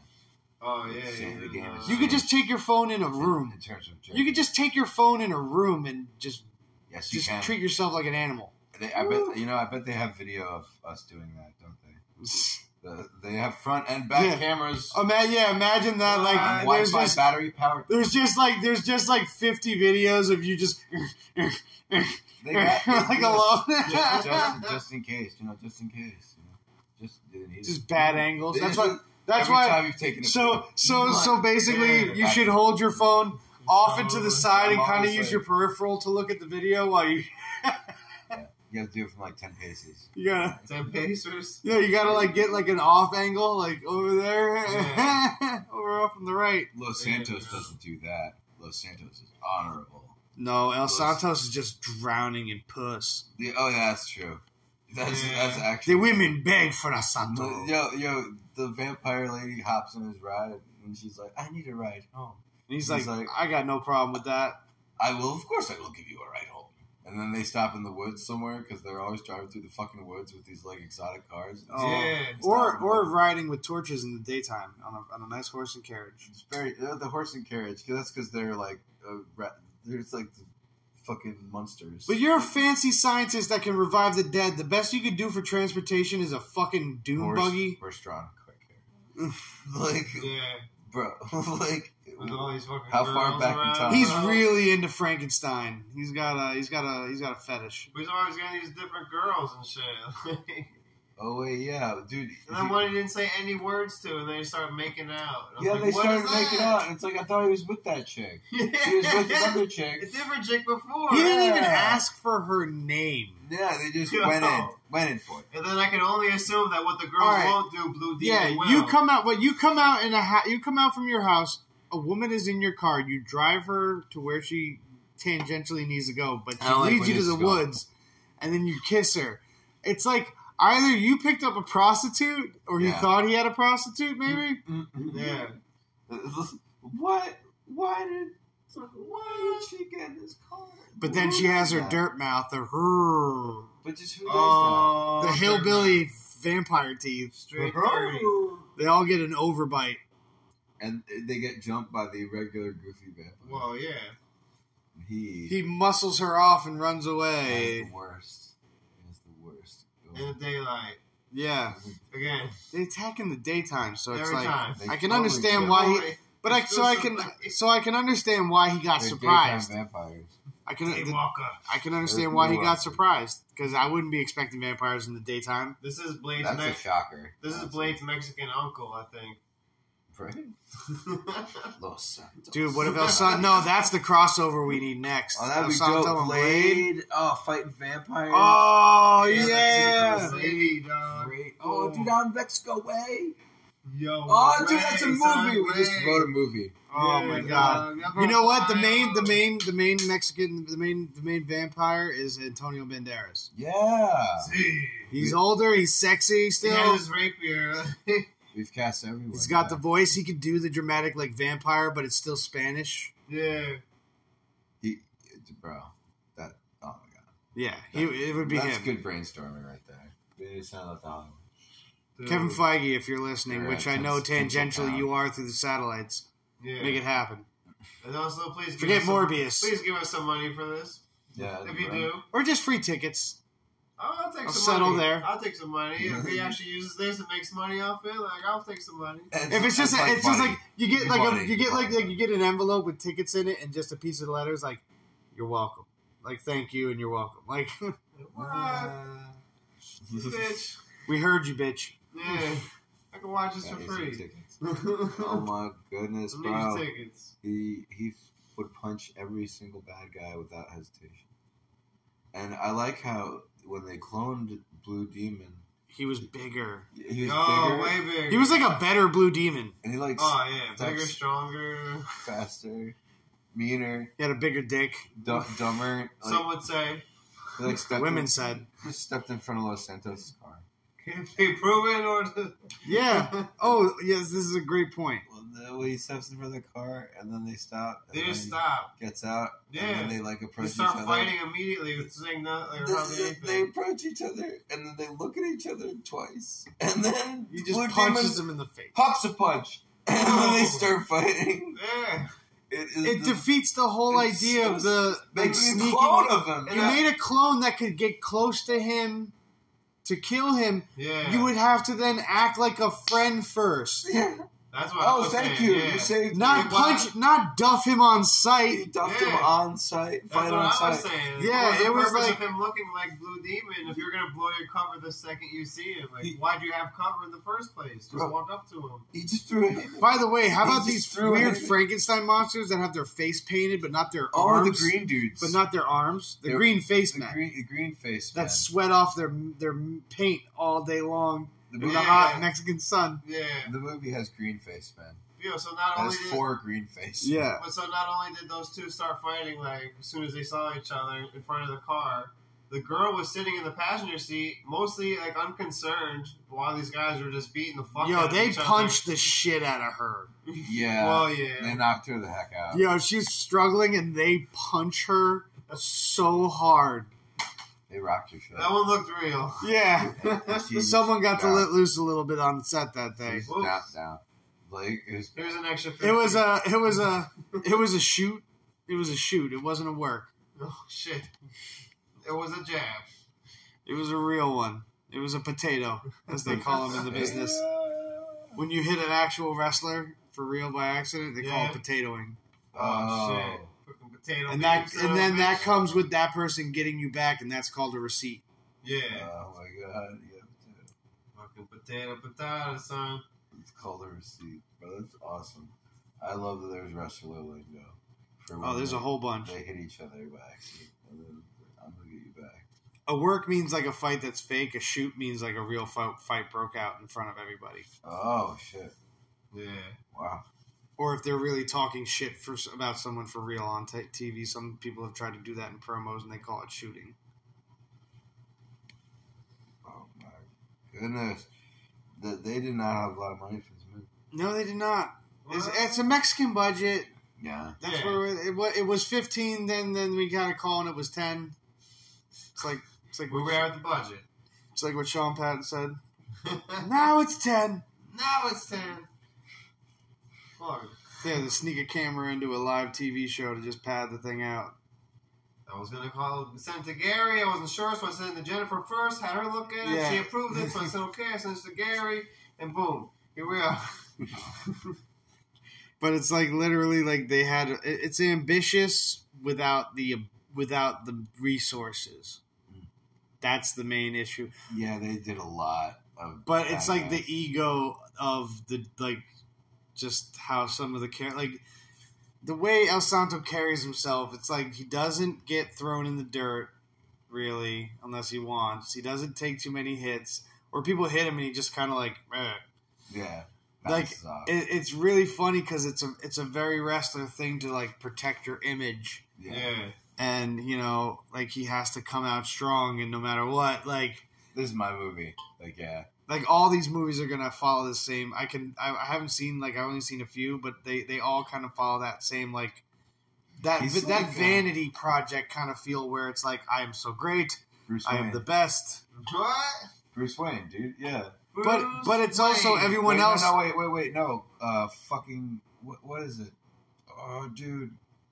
[SPEAKER 5] Oh yeah.
[SPEAKER 4] See, the
[SPEAKER 5] yeah,
[SPEAKER 4] game is-
[SPEAKER 3] You could just take your phone in a room.
[SPEAKER 4] In terms of
[SPEAKER 3] You could just take your phone in a room and just
[SPEAKER 4] yes, you
[SPEAKER 3] just
[SPEAKER 4] can.
[SPEAKER 3] treat yourself like an animal.
[SPEAKER 4] They, I bet you know. I bet they have video of us doing that, don't they? The, they have front and back
[SPEAKER 3] Yeah.
[SPEAKER 4] cameras.
[SPEAKER 3] Oh man, yeah, imagine that.
[SPEAKER 5] Uh,
[SPEAKER 4] and
[SPEAKER 3] Like
[SPEAKER 4] Ah, Wi-Fi
[SPEAKER 3] there's just
[SPEAKER 4] battery powered.
[SPEAKER 3] there's just like there's just like 50 videos of you just
[SPEAKER 4] They got- they
[SPEAKER 3] like
[SPEAKER 4] do that.
[SPEAKER 3] alone.
[SPEAKER 4] just, just, just in case, you know, just in case, you know, just they need it.
[SPEAKER 3] Just bad angles.
[SPEAKER 4] They
[SPEAKER 3] That's
[SPEAKER 4] just-
[SPEAKER 3] why. That's
[SPEAKER 4] every
[SPEAKER 3] why.
[SPEAKER 4] time you've taken a
[SPEAKER 3] So
[SPEAKER 4] picture.
[SPEAKER 3] so so basically,
[SPEAKER 5] Yeah.
[SPEAKER 3] you should hold your phone off into the side and
[SPEAKER 4] I'm
[SPEAKER 3] kind of
[SPEAKER 4] always
[SPEAKER 3] use
[SPEAKER 4] like-
[SPEAKER 3] your peripheral to look at the video while you
[SPEAKER 4] you have to do it from like ten paces.
[SPEAKER 3] you gotta
[SPEAKER 5] Ten Pacers.
[SPEAKER 3] yeah you gotta like get like an off angle like over there
[SPEAKER 5] Yeah.
[SPEAKER 3] over off on the right.
[SPEAKER 4] Los
[SPEAKER 5] Yeah.
[SPEAKER 4] Santos doesn't do that. Los Santos is honorable.
[SPEAKER 3] No, El
[SPEAKER 4] Puss.
[SPEAKER 3] Santos is just drowning in puss.
[SPEAKER 4] The, oh, yeah, that's true. That's
[SPEAKER 5] Yeah.
[SPEAKER 4] that's actually
[SPEAKER 3] The women beg for El
[SPEAKER 4] The-
[SPEAKER 3] Santos.
[SPEAKER 4] Yo yo, the vampire lady hops on his ride and she's like, "I need a ride home."
[SPEAKER 3] And he's,
[SPEAKER 4] He's
[SPEAKER 3] like,
[SPEAKER 4] like-
[SPEAKER 3] I got no problem with that.
[SPEAKER 4] I will, of course, I will give you a ride home. And then they stop in the woods somewhere because they're always driving through the fucking woods with these like exotic cars. It's
[SPEAKER 3] Oh.
[SPEAKER 5] Yeah.
[SPEAKER 3] Or or riding with torches in the daytime on a, on a nice horse and carriage.
[SPEAKER 4] It's very uh, the horse and carriage. 'cause that's because they're like uh, ra- there's like the fucking monsters.
[SPEAKER 3] But you're a fancy scientist that can revive the dead. The best you could do for transportation is a fucking dune
[SPEAKER 4] horse,
[SPEAKER 3] buggy.
[SPEAKER 4] horse drawn quick hair. like
[SPEAKER 5] Yeah.
[SPEAKER 4] bro, like
[SPEAKER 5] With all these fucking
[SPEAKER 4] How far
[SPEAKER 5] girls
[SPEAKER 4] back in
[SPEAKER 5] around.
[SPEAKER 4] time?
[SPEAKER 3] He's really into Frankenstein. He's got a he's got a he's got a fetish.
[SPEAKER 5] He's always getting these different girls and shit.
[SPEAKER 4] oh wait, yeah, dude.
[SPEAKER 5] and then
[SPEAKER 4] he-
[SPEAKER 5] one he didn't say any words to, and they started making out. And I'm
[SPEAKER 4] yeah,
[SPEAKER 5] like,
[SPEAKER 4] they
[SPEAKER 5] "What
[SPEAKER 4] started
[SPEAKER 5] is
[SPEAKER 4] making
[SPEAKER 5] that?"
[SPEAKER 4] out, and it's like I thought he was with that chick. He was with
[SPEAKER 5] Yeah.
[SPEAKER 4] another
[SPEAKER 5] a
[SPEAKER 4] chick.
[SPEAKER 5] different chick before.
[SPEAKER 3] He didn't even
[SPEAKER 4] Yeah.
[SPEAKER 3] ask for her name.
[SPEAKER 4] Yeah, they just
[SPEAKER 5] Yo.
[SPEAKER 4] went in, went in for it.
[SPEAKER 5] And then I can only assume that what the girls
[SPEAKER 3] All right.
[SPEAKER 5] won't do, Blue Demon
[SPEAKER 3] Yeah,
[SPEAKER 5] will.
[SPEAKER 3] you come out. Well, you come out in a ha- you come out from your house. A woman is in your car. You drive her to where she tangentially needs to go, but
[SPEAKER 4] I
[SPEAKER 3] she
[SPEAKER 4] don't like
[SPEAKER 3] leads
[SPEAKER 4] where
[SPEAKER 3] you to
[SPEAKER 4] this
[SPEAKER 3] the
[SPEAKER 4] is going.
[SPEAKER 3] woods, and then you kiss her. It's like either you picked up a prostitute, or he
[SPEAKER 4] Yeah.
[SPEAKER 3] thought he had a prostitute. Maybe
[SPEAKER 5] Mm-hmm. Yeah.
[SPEAKER 4] What? Why did? it's like, Why did she get in this car?
[SPEAKER 3] But then
[SPEAKER 4] Who
[SPEAKER 3] she has
[SPEAKER 4] did
[SPEAKER 3] her
[SPEAKER 4] that?
[SPEAKER 3] dirt mouth, the her,
[SPEAKER 4] But just who does
[SPEAKER 5] Oh,
[SPEAKER 3] the hillbilly vampire teeth.
[SPEAKER 5] Straight
[SPEAKER 4] that?
[SPEAKER 5] dirty.
[SPEAKER 3] They all get an overbite.
[SPEAKER 4] and they get jumped by the regular goofy vampire.
[SPEAKER 5] Well, yeah.
[SPEAKER 4] he,
[SPEAKER 3] He muscles her off and runs
[SPEAKER 4] is the
[SPEAKER 3] away.
[SPEAKER 4] worst. He is the worst.
[SPEAKER 5] In the daylight.
[SPEAKER 3] Yeah,
[SPEAKER 5] Again.
[SPEAKER 3] they attack in the daytime, so it's
[SPEAKER 5] Every
[SPEAKER 3] like
[SPEAKER 5] time.
[SPEAKER 4] They
[SPEAKER 3] I can
[SPEAKER 4] totally
[SPEAKER 3] understand
[SPEAKER 4] do.
[SPEAKER 3] why he.
[SPEAKER 5] Always.
[SPEAKER 3] But I, so I can, so I can understand why he got
[SPEAKER 4] They're
[SPEAKER 3] surprised.
[SPEAKER 4] daytime vampires.
[SPEAKER 3] I can,
[SPEAKER 5] Daywalker.
[SPEAKER 3] I can understand
[SPEAKER 4] They're
[SPEAKER 3] why he got
[SPEAKER 4] daywalkers.
[SPEAKER 3] surprised because I wouldn't be expecting vampires in the daytime.
[SPEAKER 5] This is Blade's
[SPEAKER 4] That's a
[SPEAKER 5] next.
[SPEAKER 4] shocker.
[SPEAKER 5] This is
[SPEAKER 4] That's-
[SPEAKER 5] Blade's Mexican uncle, I think.
[SPEAKER 4] Right? Los Santos.
[SPEAKER 3] Dude, what if El Santo? No, that's the crossover we need next.
[SPEAKER 4] Oh, that'd
[SPEAKER 3] El
[SPEAKER 4] be
[SPEAKER 3] Santo
[SPEAKER 4] dope.
[SPEAKER 3] and
[SPEAKER 4] Blade. Oh, fighting vampires.
[SPEAKER 3] Oh
[SPEAKER 4] Yeah, that's
[SPEAKER 3] yeah.
[SPEAKER 4] it.
[SPEAKER 5] Lady, dog.
[SPEAKER 4] Great. Oh, dude, on Mexico way.
[SPEAKER 5] Yo.
[SPEAKER 4] Oh, dude, that's a
[SPEAKER 5] Ray,
[SPEAKER 4] movie.
[SPEAKER 5] son,
[SPEAKER 4] We just
[SPEAKER 5] Ray.
[SPEAKER 4] wrote a movie.
[SPEAKER 3] Oh
[SPEAKER 5] Yeah,
[SPEAKER 3] my
[SPEAKER 5] dog.
[SPEAKER 3] god.
[SPEAKER 5] Never
[SPEAKER 3] You know what? The
[SPEAKER 5] mind.
[SPEAKER 3] main, the main, the main Mexican, the main, the main vampire is Antonio Banderas.
[SPEAKER 4] Yeah.
[SPEAKER 5] See.
[SPEAKER 3] He's older. He's sexy
[SPEAKER 5] He
[SPEAKER 3] still.
[SPEAKER 5] has his rapier.
[SPEAKER 4] We've cast everyone.
[SPEAKER 3] He's got the
[SPEAKER 4] Yeah.
[SPEAKER 3] voice. He could do the dramatic like vampire, but it's still Spanish.
[SPEAKER 5] yeah.
[SPEAKER 4] He, bro, that. Oh, my God.
[SPEAKER 3] Yeah, he, it would be
[SPEAKER 4] That's
[SPEAKER 3] him.
[SPEAKER 4] good brainstorming right there. We need to send out the Hollywood.
[SPEAKER 5] Dude.
[SPEAKER 3] Kevin Feige, if you're listening,
[SPEAKER 4] You're
[SPEAKER 3] which
[SPEAKER 4] right,
[SPEAKER 3] I know
[SPEAKER 4] that's- that's
[SPEAKER 3] tangentially
[SPEAKER 4] out.
[SPEAKER 3] you are through the satellites,
[SPEAKER 5] Yeah.
[SPEAKER 3] make it happen.
[SPEAKER 5] And also, please give
[SPEAKER 3] Forget
[SPEAKER 5] us some-
[SPEAKER 3] Morbius.
[SPEAKER 5] Please give us some money for this
[SPEAKER 4] Yeah.
[SPEAKER 5] if you
[SPEAKER 4] bro.
[SPEAKER 5] do.
[SPEAKER 3] Or just free tickets.
[SPEAKER 5] Oh, I'll take
[SPEAKER 3] I'll
[SPEAKER 5] some
[SPEAKER 3] settle
[SPEAKER 5] money.
[SPEAKER 3] there.
[SPEAKER 5] I'll take some money. If he actually uses this and makes money off it, like I'll take some money.
[SPEAKER 3] If it's just, it's just like you get like a,
[SPEAKER 4] Money.
[SPEAKER 3] you get like, like you get an envelope with tickets in it and just a piece of letters like, "You're welcome," like "Thank you" and "You're welcome." Like
[SPEAKER 5] What? Ah,
[SPEAKER 4] uh,
[SPEAKER 5] Bitch.
[SPEAKER 3] we heard you, bitch.
[SPEAKER 5] Yeah. I can watch this for
[SPEAKER 4] That is some
[SPEAKER 5] free.
[SPEAKER 4] tickets. Oh
[SPEAKER 5] I'm
[SPEAKER 4] my goodness,
[SPEAKER 5] gonna
[SPEAKER 4] bro!
[SPEAKER 5] use tickets.
[SPEAKER 4] He he would punch every single bad guy without hesitation. And I like how when they cloned Blue Demon,
[SPEAKER 3] He was bigger.
[SPEAKER 4] he was bigger
[SPEAKER 5] Oh, way bigger.
[SPEAKER 3] He was like a better blue demon.
[SPEAKER 4] and he like
[SPEAKER 5] Oh yeah, bigger,
[SPEAKER 4] That's-
[SPEAKER 5] stronger.
[SPEAKER 4] faster, meaner,
[SPEAKER 3] He had a bigger dick.
[SPEAKER 4] dumb, dumber. Like,
[SPEAKER 5] Some would say.
[SPEAKER 4] he, like stepped
[SPEAKER 3] Women
[SPEAKER 4] in,
[SPEAKER 3] said.
[SPEAKER 4] he stepped in front of Los Santos' car.
[SPEAKER 5] Can they prove it or?
[SPEAKER 3] Yeah. Oh yes, this is a great point.
[SPEAKER 4] Well, the, well, he steps in front of the car, and then they stop. And
[SPEAKER 5] They
[SPEAKER 4] then
[SPEAKER 5] just
[SPEAKER 4] he
[SPEAKER 5] stop.
[SPEAKER 4] Gets out.
[SPEAKER 5] Yeah.
[SPEAKER 4] And then they like approach
[SPEAKER 5] They
[SPEAKER 4] each
[SPEAKER 5] start
[SPEAKER 4] other.
[SPEAKER 5] fighting immediately with saying nothing or hardly
[SPEAKER 4] They- They
[SPEAKER 5] anything.
[SPEAKER 4] approach each other and then they look at each other twice, and then
[SPEAKER 3] He just
[SPEAKER 4] Blue
[SPEAKER 3] punches
[SPEAKER 4] Demon
[SPEAKER 3] him in the face.
[SPEAKER 4] pops a punch, and then they start fighting.
[SPEAKER 5] Yeah.
[SPEAKER 4] It, is
[SPEAKER 3] It
[SPEAKER 4] the,
[SPEAKER 3] defeats the whole
[SPEAKER 4] it's
[SPEAKER 3] idea
[SPEAKER 4] so
[SPEAKER 3] of the like
[SPEAKER 4] making a
[SPEAKER 3] sneaking.
[SPEAKER 4] clone of him.
[SPEAKER 3] You made a clone that could get close to him to kill him.
[SPEAKER 5] Yeah.
[SPEAKER 3] You would have to then act like a friend first,
[SPEAKER 4] Yeah.
[SPEAKER 5] That's what. I
[SPEAKER 4] Oh,
[SPEAKER 5] was
[SPEAKER 4] thank
[SPEAKER 5] saying,
[SPEAKER 4] you.
[SPEAKER 5] Yeah.
[SPEAKER 4] You saved
[SPEAKER 3] not
[SPEAKER 4] me.
[SPEAKER 5] why-
[SPEAKER 3] punch, not duff him on
[SPEAKER 4] You
[SPEAKER 3] sight.
[SPEAKER 4] duffed him
[SPEAKER 5] Yeah.
[SPEAKER 4] on site.
[SPEAKER 5] That's
[SPEAKER 4] Fight
[SPEAKER 5] what
[SPEAKER 4] on
[SPEAKER 5] I was
[SPEAKER 4] site.
[SPEAKER 5] saying.
[SPEAKER 3] Yeah,
[SPEAKER 5] What was the
[SPEAKER 3] it was
[SPEAKER 5] purpose
[SPEAKER 3] like-
[SPEAKER 5] of him looking like Blue Demon. If you're gonna blow your cover the second you see him, like
[SPEAKER 4] He-
[SPEAKER 5] why'd you have cover in the first place? Just
[SPEAKER 4] Bro.
[SPEAKER 5] walk up to him.
[SPEAKER 4] He just threw it.
[SPEAKER 3] By the way, how
[SPEAKER 4] He
[SPEAKER 3] about
[SPEAKER 4] just
[SPEAKER 3] these
[SPEAKER 4] threw
[SPEAKER 3] weird
[SPEAKER 4] it.
[SPEAKER 3] Frankenstein monsters that have their face painted but not their
[SPEAKER 4] All
[SPEAKER 3] arms?
[SPEAKER 4] the green dudes,
[SPEAKER 3] but not their arms. The
[SPEAKER 4] They're-
[SPEAKER 3] green face
[SPEAKER 4] the
[SPEAKER 3] men
[SPEAKER 4] green, the green face.
[SPEAKER 3] that sweat off their their paint all day long
[SPEAKER 4] man. The
[SPEAKER 3] in
[SPEAKER 4] movie,
[SPEAKER 3] the
[SPEAKER 5] Yeah.
[SPEAKER 3] hot Mexican sun.
[SPEAKER 5] Yeah.
[SPEAKER 4] the movie has green face man.
[SPEAKER 5] Yeah. So not
[SPEAKER 4] It
[SPEAKER 5] only
[SPEAKER 4] has
[SPEAKER 5] did,
[SPEAKER 4] four green face.
[SPEAKER 3] Yeah,
[SPEAKER 5] but so not only did those two start fighting like as soon as they saw each other in front of the car. The girl was sitting in the passenger seat, mostly like unconcerned, while these guys were just beating the fuck. out
[SPEAKER 3] yo,
[SPEAKER 5] of
[SPEAKER 3] they
[SPEAKER 5] each other.
[SPEAKER 3] punched the shit out of her.
[SPEAKER 4] yeah.
[SPEAKER 5] Well, yeah.
[SPEAKER 4] They knocked her the heck out.
[SPEAKER 3] Yo, she's struggling and they punch her so hard.
[SPEAKER 4] They rocked your shit.
[SPEAKER 5] That one looked real.
[SPEAKER 3] Yeah.
[SPEAKER 4] She's
[SPEAKER 3] Someone got to
[SPEAKER 4] down.
[SPEAKER 3] let loose a little bit on set that day.
[SPEAKER 4] She's
[SPEAKER 5] Whoops.
[SPEAKER 4] down, down. Blake is
[SPEAKER 5] Here's an extra. 50.
[SPEAKER 3] It was a it was a it was a shoot. It was a shoot. It wasn't a work.
[SPEAKER 5] Oh shit! It was a jab.
[SPEAKER 3] It was a real one. It was a potato, as they call them in the business. When you hit an actual wrestler for real by accident, they call it
[SPEAKER 5] Yeah.
[SPEAKER 3] potatoing.
[SPEAKER 5] Oh, shit! Fucking potato.
[SPEAKER 3] And that
[SPEAKER 5] meat, son
[SPEAKER 3] and
[SPEAKER 5] of a
[SPEAKER 3] then that
[SPEAKER 5] bitch.
[SPEAKER 3] comes with that person getting you back and that's called a receipt.
[SPEAKER 5] Yeah.
[SPEAKER 4] Oh my god. Yeah. dude.
[SPEAKER 5] Fucking potato, potato, son.
[SPEAKER 4] It's called a receipt, bro. That's awesome. I love that there's wrestler lingo. For
[SPEAKER 3] Oh,
[SPEAKER 4] when
[SPEAKER 3] there's a
[SPEAKER 4] they-
[SPEAKER 3] whole bunch.
[SPEAKER 4] They hit each other by accident, and then I'm gonna get you back.
[SPEAKER 3] A work means like a fight that's fake. A shoot means like a real fight, fight broke out in front of everybody.
[SPEAKER 4] Oh shit!
[SPEAKER 5] Yeah.
[SPEAKER 4] Wow.
[SPEAKER 3] Or if they're really talking shit for about someone for real on t- TV, some people have tried to do that in promos and they call it shooting.
[SPEAKER 4] Oh my goodness. That they did not have a lot of money for this movie.
[SPEAKER 3] No, they did not. It's,
[SPEAKER 5] Well,
[SPEAKER 3] it's a Mexican budget.
[SPEAKER 4] Yeah.
[SPEAKER 3] That's
[SPEAKER 5] Yeah.
[SPEAKER 3] where it, it, wa- it was fifteen. Then then we got a call and it was ten. It's like it's like
[SPEAKER 5] we were at the budget.
[SPEAKER 3] it's like what Sean Patton said. Now it's ten.
[SPEAKER 5] now it's ten. Fuck.
[SPEAKER 3] They had to sneak a camera into a live TV show to just pad the thing out.
[SPEAKER 5] I was gonna call it sent it to Gary. I wasn't sure, so I sent it to Jennifer first. Had her look at it.
[SPEAKER 3] Yeah.
[SPEAKER 5] She approved it, so I said okay. I sent it to Gary, and boom, here we are.
[SPEAKER 3] but it's like literally like they had it- it's ambitious without the without the resources that's the main issue
[SPEAKER 4] Yeah, they did a lot of.
[SPEAKER 3] but it's like the
[SPEAKER 4] badass-
[SPEAKER 3] ego of the like just how some of the care like the way el santo carries himself it's like he doesn't get thrown in the dirt really unless he wants he doesn't take too many hits or people hit him and he just kind of like eh.
[SPEAKER 4] yeah.
[SPEAKER 3] like,
[SPEAKER 4] bounces off.
[SPEAKER 3] it, it's really funny because it's a it's a very wrestler thing to like protect your image
[SPEAKER 4] yeah.
[SPEAKER 5] yeah.
[SPEAKER 3] and you know like he has to come out strong and no matter what like
[SPEAKER 4] This is my movie. Like yeah.
[SPEAKER 3] like all these movies are gonna follow the same i can i, I haven't seen like i've only seen a few but they they all kind of follow that same like that
[SPEAKER 4] He's
[SPEAKER 3] that
[SPEAKER 4] like, uh,
[SPEAKER 3] vanity project kind of feel where it's like i am so great
[SPEAKER 4] Bruce
[SPEAKER 3] i
[SPEAKER 4] Wayne.
[SPEAKER 3] am the best
[SPEAKER 5] What?
[SPEAKER 4] Bruce Wayne, dude. Yeah.
[SPEAKER 3] but
[SPEAKER 5] Bruce
[SPEAKER 3] but it's also
[SPEAKER 5] Wayne.
[SPEAKER 3] Oh, everyone
[SPEAKER 4] wait,
[SPEAKER 3] else
[SPEAKER 4] No, no, wait, wait, wait. No. Uh, fucking. What, what is it? Oh, dude.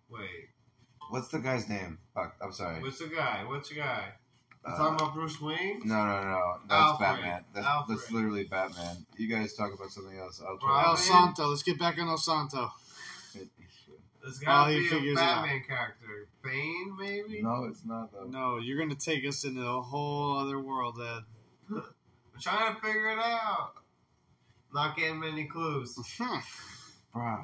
[SPEAKER 5] Wait,
[SPEAKER 4] What's the guy's name? Fuck. I'm sorry.
[SPEAKER 5] what's the guy? What's the guy?
[SPEAKER 4] uh,
[SPEAKER 5] talking about Bruce Wayne?
[SPEAKER 4] no, no, no. That's
[SPEAKER 5] Alfred.
[SPEAKER 4] Batman. That's, that's
[SPEAKER 5] Alfred.
[SPEAKER 4] literally Batman. You guys talk about something else. I'll
[SPEAKER 5] Bro,
[SPEAKER 4] try.
[SPEAKER 3] El
[SPEAKER 5] man.
[SPEAKER 3] Santo. Let's get back on El Santo.
[SPEAKER 5] There's
[SPEAKER 3] Oh,
[SPEAKER 5] gotta
[SPEAKER 3] he
[SPEAKER 5] be a
[SPEAKER 3] figures it out.
[SPEAKER 5] Batman character. Bane, maybe?
[SPEAKER 4] No, it's not though.
[SPEAKER 3] No, you're gonna take us into a whole other world, Ed.
[SPEAKER 5] I'm trying to figure it out. Not getting many clues.
[SPEAKER 3] Hmm.
[SPEAKER 4] Bro,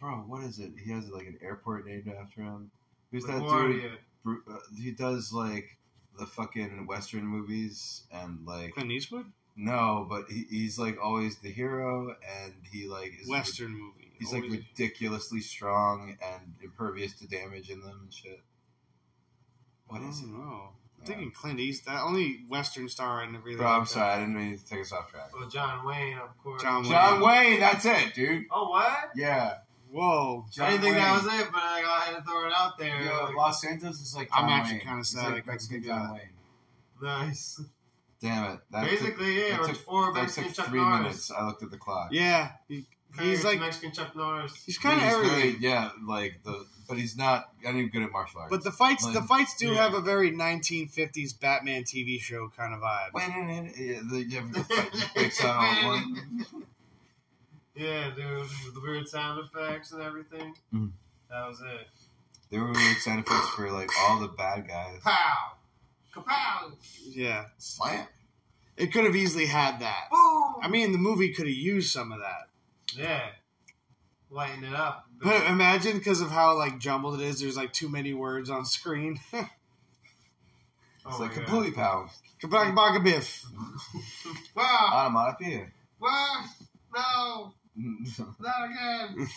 [SPEAKER 4] bro, what is it? He has like an airport named after him. Who's that dude?
[SPEAKER 5] LaGuardia.
[SPEAKER 4] Bru- uh, He does like the fucking western movies and like
[SPEAKER 3] Clint Eastwood?
[SPEAKER 4] no, but he, he's like always the hero and he like is
[SPEAKER 3] Western movie.
[SPEAKER 4] He's like
[SPEAKER 3] Always-
[SPEAKER 4] ridiculously strong and impervious to damage in them and shit. What is
[SPEAKER 3] Hmm. I
[SPEAKER 4] it?
[SPEAKER 3] don't know. I'm
[SPEAKER 4] Yeah.
[SPEAKER 3] thinking Clint East. That only Western star I never really.
[SPEAKER 4] Bro, I'm
[SPEAKER 3] liked.
[SPEAKER 4] sorry, I didn't mean to take us off track.
[SPEAKER 5] Well, Oh, John Wayne, of course.
[SPEAKER 3] John Wayne.
[SPEAKER 4] John Wayne, that's it, dude.
[SPEAKER 5] Oh, what?
[SPEAKER 4] Yeah.
[SPEAKER 3] Whoa.
[SPEAKER 4] John
[SPEAKER 5] I didn't think that
[SPEAKER 4] Wayne.
[SPEAKER 5] was it, but like, I had to throw it out there.
[SPEAKER 4] Yo,
[SPEAKER 5] Like,
[SPEAKER 4] Los Santos is like
[SPEAKER 3] I'm
[SPEAKER 4] John
[SPEAKER 3] actually
[SPEAKER 4] Wayne.
[SPEAKER 3] kinda
[SPEAKER 4] He's
[SPEAKER 3] sad I
[SPEAKER 4] like
[SPEAKER 3] couldn't
[SPEAKER 4] Mexican
[SPEAKER 3] think of
[SPEAKER 4] John
[SPEAKER 3] that.
[SPEAKER 4] Wayne.
[SPEAKER 5] nice.
[SPEAKER 4] Damn it. That
[SPEAKER 5] Basically,
[SPEAKER 4] took,
[SPEAKER 5] yeah,
[SPEAKER 4] that
[SPEAKER 5] it
[SPEAKER 4] took,
[SPEAKER 5] was four
[SPEAKER 4] that
[SPEAKER 5] Mexican
[SPEAKER 4] took
[SPEAKER 5] Chuck
[SPEAKER 4] three
[SPEAKER 5] Norris.
[SPEAKER 4] minutes. I looked at the clock.
[SPEAKER 3] Yeah. He, he's like
[SPEAKER 5] Mexican Chuck Norris.
[SPEAKER 3] he's kind of
[SPEAKER 4] Very,
[SPEAKER 3] everything.
[SPEAKER 4] yeah, like the, but he's not. I even good at martial arts.
[SPEAKER 3] But the fights, the
[SPEAKER 4] Like,
[SPEAKER 3] fights do
[SPEAKER 4] yeah.
[SPEAKER 3] have a very 1950s Batman TV show kind of vibe.
[SPEAKER 4] wait, wait, wait, yeah, the, yeah, the fucking breaks out on one.
[SPEAKER 5] Yeah, dude, with the weird sound effects and everything.
[SPEAKER 4] Mm.
[SPEAKER 5] That was it.
[SPEAKER 4] There were weird sound effects for like all the bad guys.
[SPEAKER 5] Pow! Kapow!
[SPEAKER 3] Yeah,
[SPEAKER 4] Slam.
[SPEAKER 3] it could have easily had that.
[SPEAKER 5] Boom!
[SPEAKER 3] I mean, the movie could have used some of that.
[SPEAKER 5] yeah. Lighten it up.
[SPEAKER 3] But imagine because of how like jumbled it is, there's like too many words on screen.
[SPEAKER 5] Oh
[SPEAKER 4] It's
[SPEAKER 5] my
[SPEAKER 4] like
[SPEAKER 5] God.
[SPEAKER 4] completely power.
[SPEAKER 3] Kabak Bagabiff.
[SPEAKER 5] Wow!
[SPEAKER 4] Onomatopoeia.
[SPEAKER 5] Wow! No! Not again!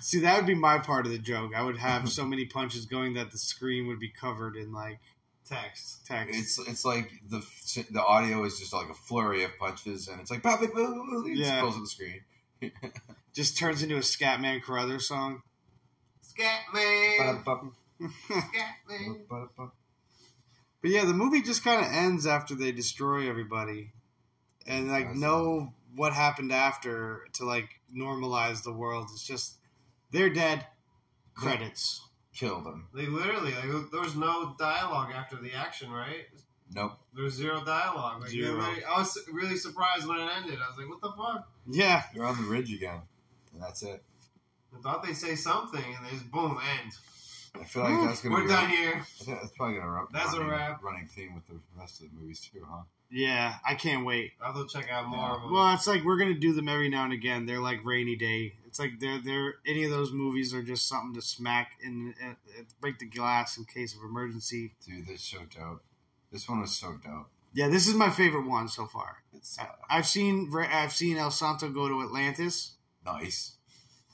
[SPEAKER 3] See, that would be my part of the joke. I would have so many punches going that the screen would be covered in like
[SPEAKER 5] Text.
[SPEAKER 3] text.
[SPEAKER 4] it's it's like the f- the audio is just like a flurry of punches, and it's like pow, pow, pow, pow, pow, it
[SPEAKER 3] Yeah.
[SPEAKER 4] explodes on the screen.
[SPEAKER 3] Just turns into a Scatman Carruthers song.
[SPEAKER 5] Scat man!
[SPEAKER 4] Ba-da-ba, uh,
[SPEAKER 5] Scat man!
[SPEAKER 4] ba-da-ba.
[SPEAKER 3] But yeah, the movie just kind of ends after they destroy everybody, and like
[SPEAKER 4] That's
[SPEAKER 3] know what happened after to like normalize the world. It's just they're dead. Credits.
[SPEAKER 4] Kill them.
[SPEAKER 5] They literally, like, there was no dialogue after the action, right?
[SPEAKER 4] Nope.
[SPEAKER 5] There was zero dialogue. Like, they
[SPEAKER 3] Zero.
[SPEAKER 5] literally- I was really surprised when it ended. I was like, what the fuck?
[SPEAKER 3] Yeah,
[SPEAKER 4] They're on the ridge again, and that's it.
[SPEAKER 5] I thought they'd say something, and they just boom, end.
[SPEAKER 4] I feel like that's gonna
[SPEAKER 5] We're
[SPEAKER 4] be
[SPEAKER 5] done here.
[SPEAKER 4] I think that's probably gonna run,
[SPEAKER 5] That's a
[SPEAKER 4] running,
[SPEAKER 5] wrap.
[SPEAKER 4] running theme with the rest of the movies too, huh?
[SPEAKER 3] yeah. I can't wait.
[SPEAKER 5] I'll go check out more
[SPEAKER 4] Yeah.
[SPEAKER 5] of them.
[SPEAKER 3] Well, it's like we're gonna do them every now and again. They're like rainy day. It's like they're they're any of those movies are just something to smack and, and, and break the glass in case of emergency.
[SPEAKER 4] Dude, that's so dope. This one was so dope.
[SPEAKER 3] Yeah, this is my favorite one so far.
[SPEAKER 4] It's
[SPEAKER 3] I- I've seen Ra- I've seen El Santo go to Atlantis.
[SPEAKER 4] nice.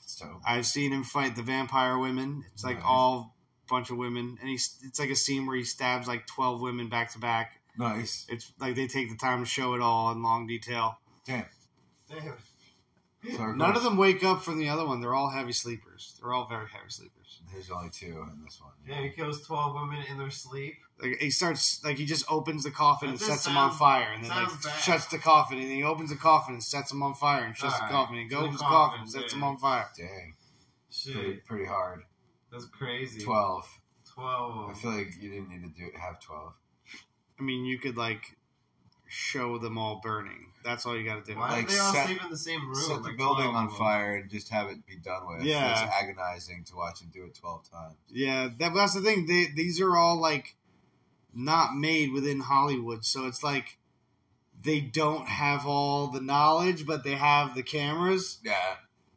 [SPEAKER 4] It's dope.
[SPEAKER 3] I've seen him fight the vampire women. It's like
[SPEAKER 4] Nice.
[SPEAKER 3] all bunch of women, and he's it's like a scene where he stabs like twelve women back to back.
[SPEAKER 4] Nice.
[SPEAKER 3] It's like they take the time to show it all in long detail.
[SPEAKER 4] Damn.
[SPEAKER 5] Damn.
[SPEAKER 4] Sorry,
[SPEAKER 3] None of them wake up from the other one. They're all heavy sleepers. They're all very heavy sleepers.
[SPEAKER 4] There's only two in this one.
[SPEAKER 5] Yeah, he kills 12 women in their sleep.
[SPEAKER 3] Like he starts like he just opens the coffin
[SPEAKER 5] That
[SPEAKER 3] and
[SPEAKER 5] just
[SPEAKER 3] sets them on
[SPEAKER 5] sounds-
[SPEAKER 3] fire, and then like
[SPEAKER 5] sounds bad.
[SPEAKER 3] shuts the coffin, and he opens the coffin and sets them on fire, and shuts
[SPEAKER 5] Alright.
[SPEAKER 3] the coffin, and
[SPEAKER 5] So the
[SPEAKER 3] opens the
[SPEAKER 5] coffin,
[SPEAKER 3] coffin, and sets
[SPEAKER 5] yeah.
[SPEAKER 3] them on fire.
[SPEAKER 4] Dang. Pretty,
[SPEAKER 5] Shit.
[SPEAKER 4] pretty hard.
[SPEAKER 5] That's crazy.
[SPEAKER 4] 12.
[SPEAKER 5] 12.
[SPEAKER 4] I feel like you didn't need to do have 12.
[SPEAKER 3] I mean, you could like show them all burning. That's all you got to do.
[SPEAKER 5] Why
[SPEAKER 4] Like,
[SPEAKER 5] do they all
[SPEAKER 4] set-
[SPEAKER 5] sleep in the same room?
[SPEAKER 4] Set the
[SPEAKER 5] Like,
[SPEAKER 4] building
[SPEAKER 5] 12
[SPEAKER 4] on
[SPEAKER 5] of them.
[SPEAKER 4] fire and just have it be done with.
[SPEAKER 3] Yeah.
[SPEAKER 4] It's agonizing to watch him do it 12 times.
[SPEAKER 3] Yeah, that, that's the thing. They, these are all like not made within Hollywood, so it's like they don't have all the knowledge, but they have the cameras.
[SPEAKER 4] Yeah.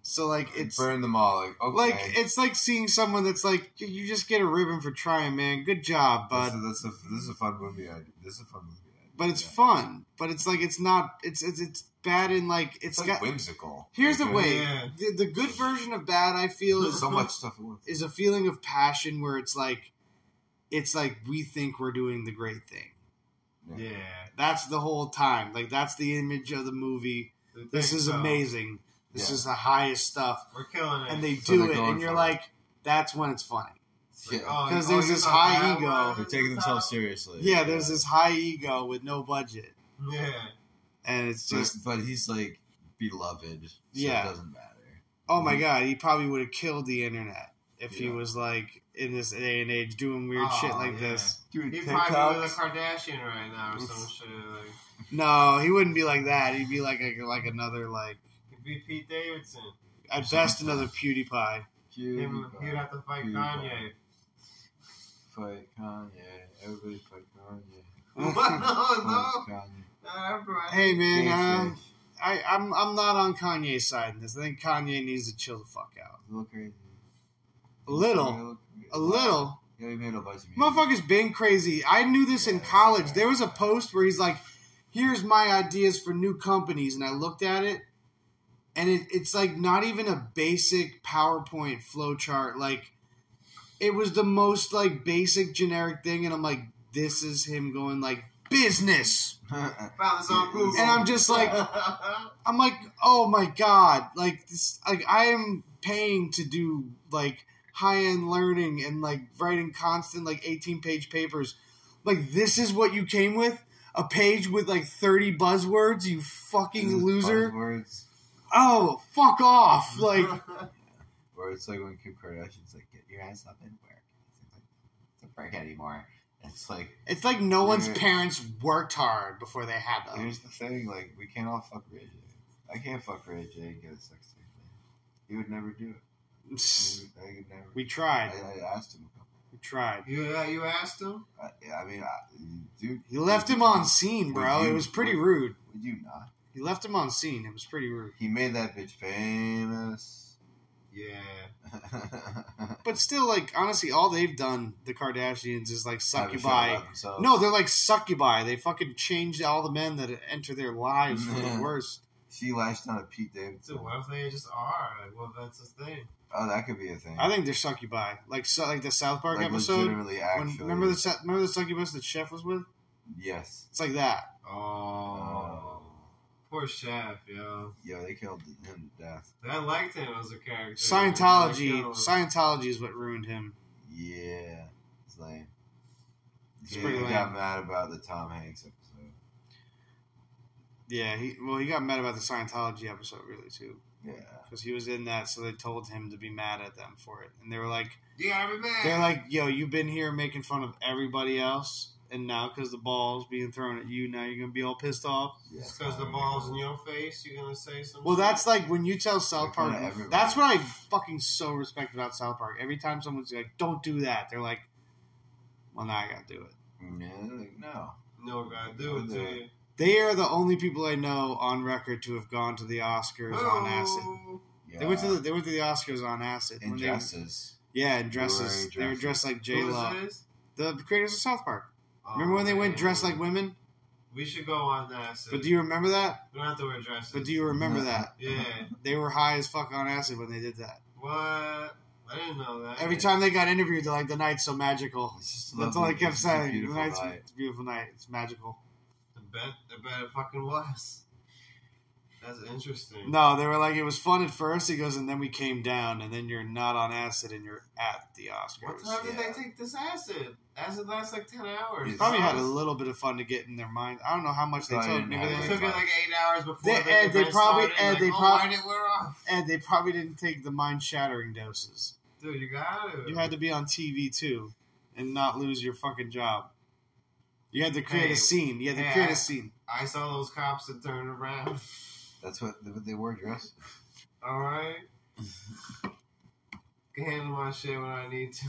[SPEAKER 3] So like it's
[SPEAKER 4] Burn them all. Like, okay.
[SPEAKER 3] like it's like seeing someone that's like "You- you just get a ribbon for trying, man. Good job,
[SPEAKER 4] this,
[SPEAKER 3] bud.
[SPEAKER 4] is, this, is a, this is a fun movie. idea. This is a fun movie. idea.
[SPEAKER 3] But it's
[SPEAKER 4] Yeah.
[SPEAKER 3] fun. But it's like it's not. It's it's it's bad in like
[SPEAKER 4] It's
[SPEAKER 3] it's
[SPEAKER 4] like
[SPEAKER 3] got.
[SPEAKER 4] whimsical.
[SPEAKER 3] Here's the
[SPEAKER 4] Like, uh,
[SPEAKER 3] way
[SPEAKER 5] Yeah.
[SPEAKER 3] the, the good version of bad I feel is
[SPEAKER 4] So much stuff at once.
[SPEAKER 3] is a feeling of passion where it's like it's like we think we're doing the great thing.
[SPEAKER 4] Yeah.
[SPEAKER 5] Yeah.
[SPEAKER 3] That's the whole time. Like that's the image of the movie.
[SPEAKER 5] They
[SPEAKER 3] This
[SPEAKER 5] think
[SPEAKER 3] is
[SPEAKER 5] so.
[SPEAKER 3] amazing. This
[SPEAKER 4] Yeah.
[SPEAKER 3] is the highest stuff,
[SPEAKER 5] We're killing it.
[SPEAKER 3] and they
[SPEAKER 4] So
[SPEAKER 3] do
[SPEAKER 4] they're
[SPEAKER 3] it,
[SPEAKER 4] going
[SPEAKER 3] and you're
[SPEAKER 4] for it.
[SPEAKER 3] like, that's when it's funny.
[SPEAKER 4] Yeah.
[SPEAKER 5] Like, oh,
[SPEAKER 3] 'Cause
[SPEAKER 5] you- oh,
[SPEAKER 3] there's
[SPEAKER 5] you
[SPEAKER 3] this
[SPEAKER 5] thought
[SPEAKER 3] high
[SPEAKER 5] that
[SPEAKER 3] ego.
[SPEAKER 5] was
[SPEAKER 4] They're taking
[SPEAKER 5] the
[SPEAKER 4] themselves
[SPEAKER 5] top?
[SPEAKER 4] seriously.
[SPEAKER 3] Yeah, there's this high ego with no budget,
[SPEAKER 5] Yeah.
[SPEAKER 3] and it's
[SPEAKER 4] But,
[SPEAKER 3] just,
[SPEAKER 4] but he's like beloved. So
[SPEAKER 3] Yeah.
[SPEAKER 4] It doesn't matter.
[SPEAKER 3] oh my god, he probably would have killed the internet if he
[SPEAKER 4] Yeah.
[SPEAKER 3] was like, in this day and age doing weird
[SPEAKER 5] Oh,
[SPEAKER 3] shit like
[SPEAKER 5] yeah.
[SPEAKER 3] this.
[SPEAKER 4] Dude,
[SPEAKER 5] He'd probably be
[SPEAKER 4] TikToks.
[SPEAKER 5] with a Kardashian right now or some
[SPEAKER 3] It's-
[SPEAKER 5] shit. Like,
[SPEAKER 3] No, he wouldn't be like that. He'd be like a, like another like
[SPEAKER 5] he'd be Pete Davidson.
[SPEAKER 3] at best another PewDiePie.
[SPEAKER 5] Him,
[SPEAKER 4] PewDiePie.
[SPEAKER 5] he'd have to fight
[SPEAKER 4] PewDiePie.
[SPEAKER 5] Kanye.
[SPEAKER 4] Fight Kanye. Everybody fight Kanye.
[SPEAKER 5] What? Oh, No, no.
[SPEAKER 4] Punch Kanye.
[SPEAKER 5] Nah, everybody-
[SPEAKER 3] hey man,
[SPEAKER 4] Gay
[SPEAKER 3] um,
[SPEAKER 4] fish.
[SPEAKER 3] I, I'm I'm not on Kanye's side in this. I think Kanye needs to chill the fuck out
[SPEAKER 4] Look crazy.
[SPEAKER 3] a little, a little.
[SPEAKER 4] Yeah, he made a bunch of music.
[SPEAKER 3] Motherfucker's been crazy. I knew this in college. There was a post where he's like, "Here's my ideas for new companies," and I looked at it, and it, it's like not even a basic PowerPoint flowchart. Like, it was the most like basic generic thing, and I'm like, "This is him going like business,"
[SPEAKER 5] Found this on Google.
[SPEAKER 3] and I'm just like, I'm like, oh my god, like this, like I am paying to do like high end learning and like writing constant like eighteen page papers. Like this is what you came with. A page with like 30 buzzwords, you fucking loser.
[SPEAKER 4] Words.
[SPEAKER 3] Oh, fuck off. Like,
[SPEAKER 4] Or it's like when Kim Kardashian's like, get your ass up and work. It's like, it's a break anymore. It's like,
[SPEAKER 3] it's like no one's
[SPEAKER 4] Yeah. Mm-hmm.
[SPEAKER 3] parents worked hard before they had them.
[SPEAKER 4] here's the thing, like, we can't all fuck Ray J. I can't fuck Ray J and get a sex tape. man. He would never do it. He would, I could never.
[SPEAKER 3] We
[SPEAKER 4] I,
[SPEAKER 3] tried.
[SPEAKER 4] I asked him a couple.
[SPEAKER 3] We tried.
[SPEAKER 5] you, uh, you asked him?
[SPEAKER 4] I, yeah, I mean, I, dude.
[SPEAKER 3] He left him on scene,
[SPEAKER 4] Mm-hmm.
[SPEAKER 3] bro. It was pretty rude.
[SPEAKER 4] Would you not?
[SPEAKER 3] He left him on scene. It was pretty rude.
[SPEAKER 4] He made that bitch famous.
[SPEAKER 5] Yeah.
[SPEAKER 3] But still, like honestly, all they've done, the Kardashians, is like succubi. No,
[SPEAKER 4] No,
[SPEAKER 3] they're like succubi. They fucking changed all the men that enter their lives for the
[SPEAKER 4] Man.
[SPEAKER 3] worst.
[SPEAKER 4] she lashed out at Pete Davidson.
[SPEAKER 5] So what if they just are? Like, what if that's the thing?
[SPEAKER 4] Oh, that could be a thing.
[SPEAKER 3] I think they're succubi. Like so, like the South Park
[SPEAKER 4] like,
[SPEAKER 3] episode.
[SPEAKER 4] Legitimately,
[SPEAKER 3] When,
[SPEAKER 4] actually.
[SPEAKER 3] remember the Sa- remember the succubus that Chef was with?
[SPEAKER 4] Yes.
[SPEAKER 3] It's like that.
[SPEAKER 5] Oh.
[SPEAKER 4] Oh.
[SPEAKER 5] Poor Chef, yo.
[SPEAKER 4] Yo, they killed him to death.
[SPEAKER 5] I liked him as a character.
[SPEAKER 3] Scientology.
[SPEAKER 5] Like, yo,
[SPEAKER 3] Scientology is what ruined him.
[SPEAKER 4] Yeah. It's lame.
[SPEAKER 3] It's
[SPEAKER 4] Dude,
[SPEAKER 3] pretty
[SPEAKER 4] I
[SPEAKER 3] lame.
[SPEAKER 4] got mad about the Tom Hanks episode.
[SPEAKER 3] Yeah. He well, he got mad about the Scientology episode really too
[SPEAKER 4] Yeah.
[SPEAKER 3] because he was in that. So they told him to be mad at them for it, and they were like.
[SPEAKER 5] You gotta be mad.
[SPEAKER 3] They're like, yo, you've been here making fun of everybody else, and now because the ball's being thrown at you, now you're gonna be all pissed off.
[SPEAKER 4] Yeah,
[SPEAKER 5] Just because the ball's in your face, you're gonna say something.
[SPEAKER 3] Well, that's like when you tell South
[SPEAKER 4] Making fun
[SPEAKER 3] Park.
[SPEAKER 4] of everybody.
[SPEAKER 3] That's what I fucking so respect about South Park. Every time someone's like, "Don't do that," they're like, "Well, now I gotta do it."
[SPEAKER 4] Yeah, like, no.
[SPEAKER 5] No, God,
[SPEAKER 3] Oh,
[SPEAKER 5] do it to you.
[SPEAKER 3] They are the only people I know on record to have gone to the Oscars
[SPEAKER 5] Oh.
[SPEAKER 3] on acid.
[SPEAKER 4] Yeah.
[SPEAKER 3] They went to the they went to the Oscars on acid. When they-
[SPEAKER 4] Injustice.
[SPEAKER 3] yeah, in dresses.
[SPEAKER 4] Wearing
[SPEAKER 3] They
[SPEAKER 4] dresses.
[SPEAKER 3] were dressed like J
[SPEAKER 5] Who is
[SPEAKER 3] Lo,
[SPEAKER 5] this?
[SPEAKER 3] the creators of South Park.
[SPEAKER 5] Oh,
[SPEAKER 3] Remember when they went
[SPEAKER 5] man.
[SPEAKER 3] dressed like women?
[SPEAKER 5] We should go on acid.
[SPEAKER 3] But do you remember that?
[SPEAKER 5] We don't have to wear dresses.
[SPEAKER 3] But do you remember
[SPEAKER 4] No.
[SPEAKER 3] that?
[SPEAKER 5] Yeah.
[SPEAKER 3] They were high as fuck on acid when they did that.
[SPEAKER 5] What? I didn't know that.
[SPEAKER 3] Every time they got interviewed, they're like, the night's so magical.
[SPEAKER 4] It's just
[SPEAKER 3] That's all
[SPEAKER 4] lovely.
[SPEAKER 3] I kept
[SPEAKER 4] It's just a
[SPEAKER 3] saying. The
[SPEAKER 4] beautiful
[SPEAKER 3] night's
[SPEAKER 4] night.
[SPEAKER 3] it's a beautiful night. It's magical.
[SPEAKER 5] I bet, I bet it fucking was. That's interesting.
[SPEAKER 3] No, they were like, it was fun at first. He goes, and then we came down, and then you're not on acid, and you're at the
[SPEAKER 5] What
[SPEAKER 3] Oscars.
[SPEAKER 5] time did
[SPEAKER 4] yeah.
[SPEAKER 5] they take this acid? Acid lasts like 10 hours.
[SPEAKER 4] It's
[SPEAKER 3] Probably had a
[SPEAKER 4] Nice.
[SPEAKER 3] little bit of fun to get in their mind. I don't know how much they
[SPEAKER 4] Probably
[SPEAKER 3] took.
[SPEAKER 4] didn't
[SPEAKER 3] Maybe
[SPEAKER 4] have
[SPEAKER 3] they,
[SPEAKER 5] They
[SPEAKER 4] it.
[SPEAKER 3] took-
[SPEAKER 5] took it like 8 hours before
[SPEAKER 3] They-
[SPEAKER 5] the
[SPEAKER 3] and they
[SPEAKER 5] event
[SPEAKER 3] probably-
[SPEAKER 5] started,
[SPEAKER 3] and
[SPEAKER 5] like,
[SPEAKER 3] they
[SPEAKER 5] oh,
[SPEAKER 3] prob-
[SPEAKER 5] why did it wear off?
[SPEAKER 3] and they probably didn't take the mind shattering doses.
[SPEAKER 5] Dude, you got it.
[SPEAKER 3] You had to be on TV too, and not lose your fucking job. You had to create
[SPEAKER 5] Hey,
[SPEAKER 3] a scene. You had to
[SPEAKER 5] hey,
[SPEAKER 3] create
[SPEAKER 5] I-
[SPEAKER 3] a scene.
[SPEAKER 5] I saw those cops that turned around.
[SPEAKER 4] That's what, what they wore dressed.
[SPEAKER 5] Alright? Can handle my shit when I need to.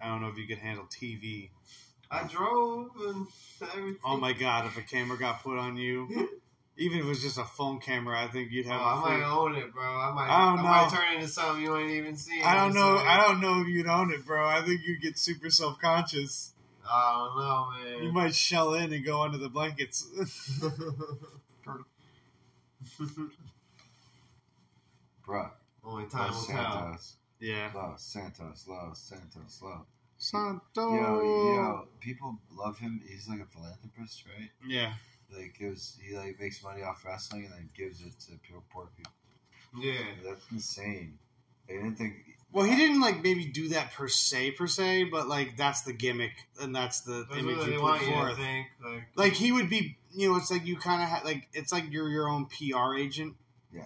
[SPEAKER 3] I don't know if you could handle TV.
[SPEAKER 5] I drove and everything.
[SPEAKER 3] Oh my god, if a camera got put on you, even if it was just a phone camera, I think you'd
[SPEAKER 5] Oh,
[SPEAKER 3] have a
[SPEAKER 5] I
[SPEAKER 3] free-
[SPEAKER 5] might own it, bro. I might,
[SPEAKER 3] I don't
[SPEAKER 5] might
[SPEAKER 3] know.
[SPEAKER 5] turn into something you ain't even seen.
[SPEAKER 3] I don't
[SPEAKER 5] Just
[SPEAKER 3] know.
[SPEAKER 5] like-
[SPEAKER 3] I don't know if you'd own it, bro. I think you'd get super self conscious.
[SPEAKER 5] I don't know, man.
[SPEAKER 3] You might shell in and go under the blankets.
[SPEAKER 4] Bruh.
[SPEAKER 5] Only time will
[SPEAKER 4] Los
[SPEAKER 5] tell.
[SPEAKER 4] Santos.
[SPEAKER 3] yeah.
[SPEAKER 4] Los Santos. Los Santos. Los.
[SPEAKER 3] Santo.
[SPEAKER 4] Yo, yo, people love him. He's like a philanthropist, right?
[SPEAKER 3] Yeah.
[SPEAKER 4] Like gives he like makes money off wrestling and then gives it to poor poor people.
[SPEAKER 5] Yeah.
[SPEAKER 4] That's insane. I didn't think.
[SPEAKER 3] Well, he didn't like maybe do that per se, per se, but like that's the gimmick and that's the
[SPEAKER 5] That's
[SPEAKER 3] image
[SPEAKER 5] what
[SPEAKER 3] you
[SPEAKER 5] they
[SPEAKER 3] put
[SPEAKER 5] want you to
[SPEAKER 3] forth.
[SPEAKER 5] think. Like,
[SPEAKER 3] like he would be, you know, it's like you kind of ha- like it's like you're your own PR agent.
[SPEAKER 4] Yeah.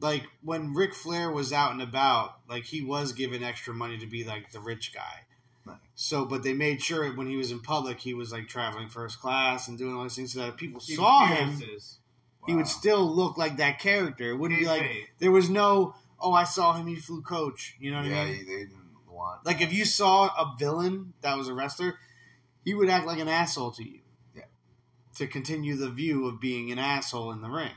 [SPEAKER 3] like when Ric Flair was out and about, like he was given extra money to be like the rich guy.
[SPEAKER 4] Right.
[SPEAKER 3] So, but they made sure when he was in public, he was like traveling first class and doing all these things so that if people
[SPEAKER 5] Keep
[SPEAKER 3] saw him,
[SPEAKER 5] appearances.
[SPEAKER 3] he would
[SPEAKER 4] Wow.
[SPEAKER 3] still look like that character. It wouldn't be like
[SPEAKER 5] Kayfabe.
[SPEAKER 3] there was no, oh, I saw him, he flew coach. You know what I
[SPEAKER 4] yeah,
[SPEAKER 3] mean?
[SPEAKER 4] they didn't want.
[SPEAKER 3] Like if you saw a villain that was a wrestler, he would act like an asshole to you.
[SPEAKER 4] Yeah.
[SPEAKER 3] To continue the view of being an asshole in the ring.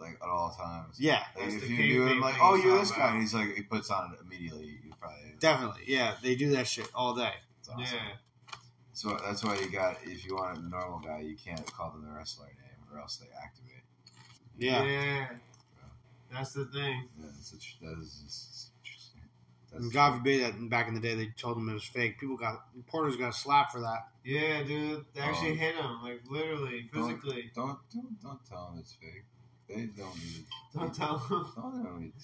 [SPEAKER 4] like at all times.
[SPEAKER 3] Yeah,
[SPEAKER 4] Like,
[SPEAKER 5] That's
[SPEAKER 4] if
[SPEAKER 5] the
[SPEAKER 4] you do
[SPEAKER 5] kayfabe
[SPEAKER 4] him like,
[SPEAKER 5] thing
[SPEAKER 4] oh,
[SPEAKER 5] he's
[SPEAKER 4] you're
[SPEAKER 5] talking
[SPEAKER 4] this guy,
[SPEAKER 5] about.
[SPEAKER 4] and he's like, he puts on it immediately. You probably
[SPEAKER 3] definitely. Yeah, they do that shit all day.
[SPEAKER 4] it's awesome.
[SPEAKER 5] Yeah.
[SPEAKER 4] So that's why you got if you want a normal guy, you can't call them the wrestler name, or else they activate.
[SPEAKER 3] Yeah.
[SPEAKER 5] That's the thing.
[SPEAKER 4] Yeah, it's a tr- that is just interesting.
[SPEAKER 3] And God forbid that back in the day they told him it was fake. People got reporters got slapped for that.
[SPEAKER 5] Yeah, dude. They actually
[SPEAKER 4] Um,
[SPEAKER 5] hit him, like literally, physically.
[SPEAKER 4] Don't don't don't tell them it's fake. They don't need.
[SPEAKER 5] Don't, tell him.
[SPEAKER 4] Don't let them be t-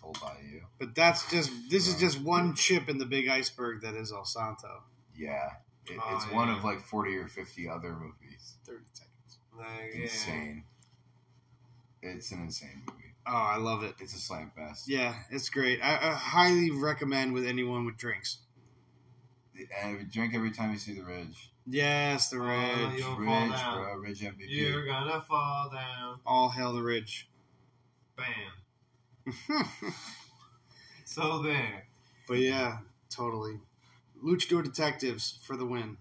[SPEAKER 4] told by you.
[SPEAKER 3] But that's just this is just one chip in the big iceberg that is El Santo.
[SPEAKER 4] Yeah, it,
[SPEAKER 5] Oh,
[SPEAKER 4] it's one
[SPEAKER 5] yeah.
[SPEAKER 4] of like forty or fifty other movies.
[SPEAKER 3] Thirty seconds.
[SPEAKER 5] Like, yeah.
[SPEAKER 4] Insane. It's an insane movie.
[SPEAKER 3] Oh, I love it.
[SPEAKER 4] It's a slam fest.
[SPEAKER 3] Yeah, it's great. I, I highly recommend with anyone with drinks.
[SPEAKER 4] And if you drink every time you see the ridge.
[SPEAKER 3] Yes, the
[SPEAKER 5] Oh,
[SPEAKER 3] Ridge.
[SPEAKER 5] You'll fall
[SPEAKER 4] Ridge,
[SPEAKER 5] down.
[SPEAKER 4] bro. Ridge MVP.
[SPEAKER 5] You're gonna fall down.
[SPEAKER 3] All hail the Ridge. Hmm.
[SPEAKER 5] Bam. So there.
[SPEAKER 3] but yeah, totally. Luchador Detectives for the win.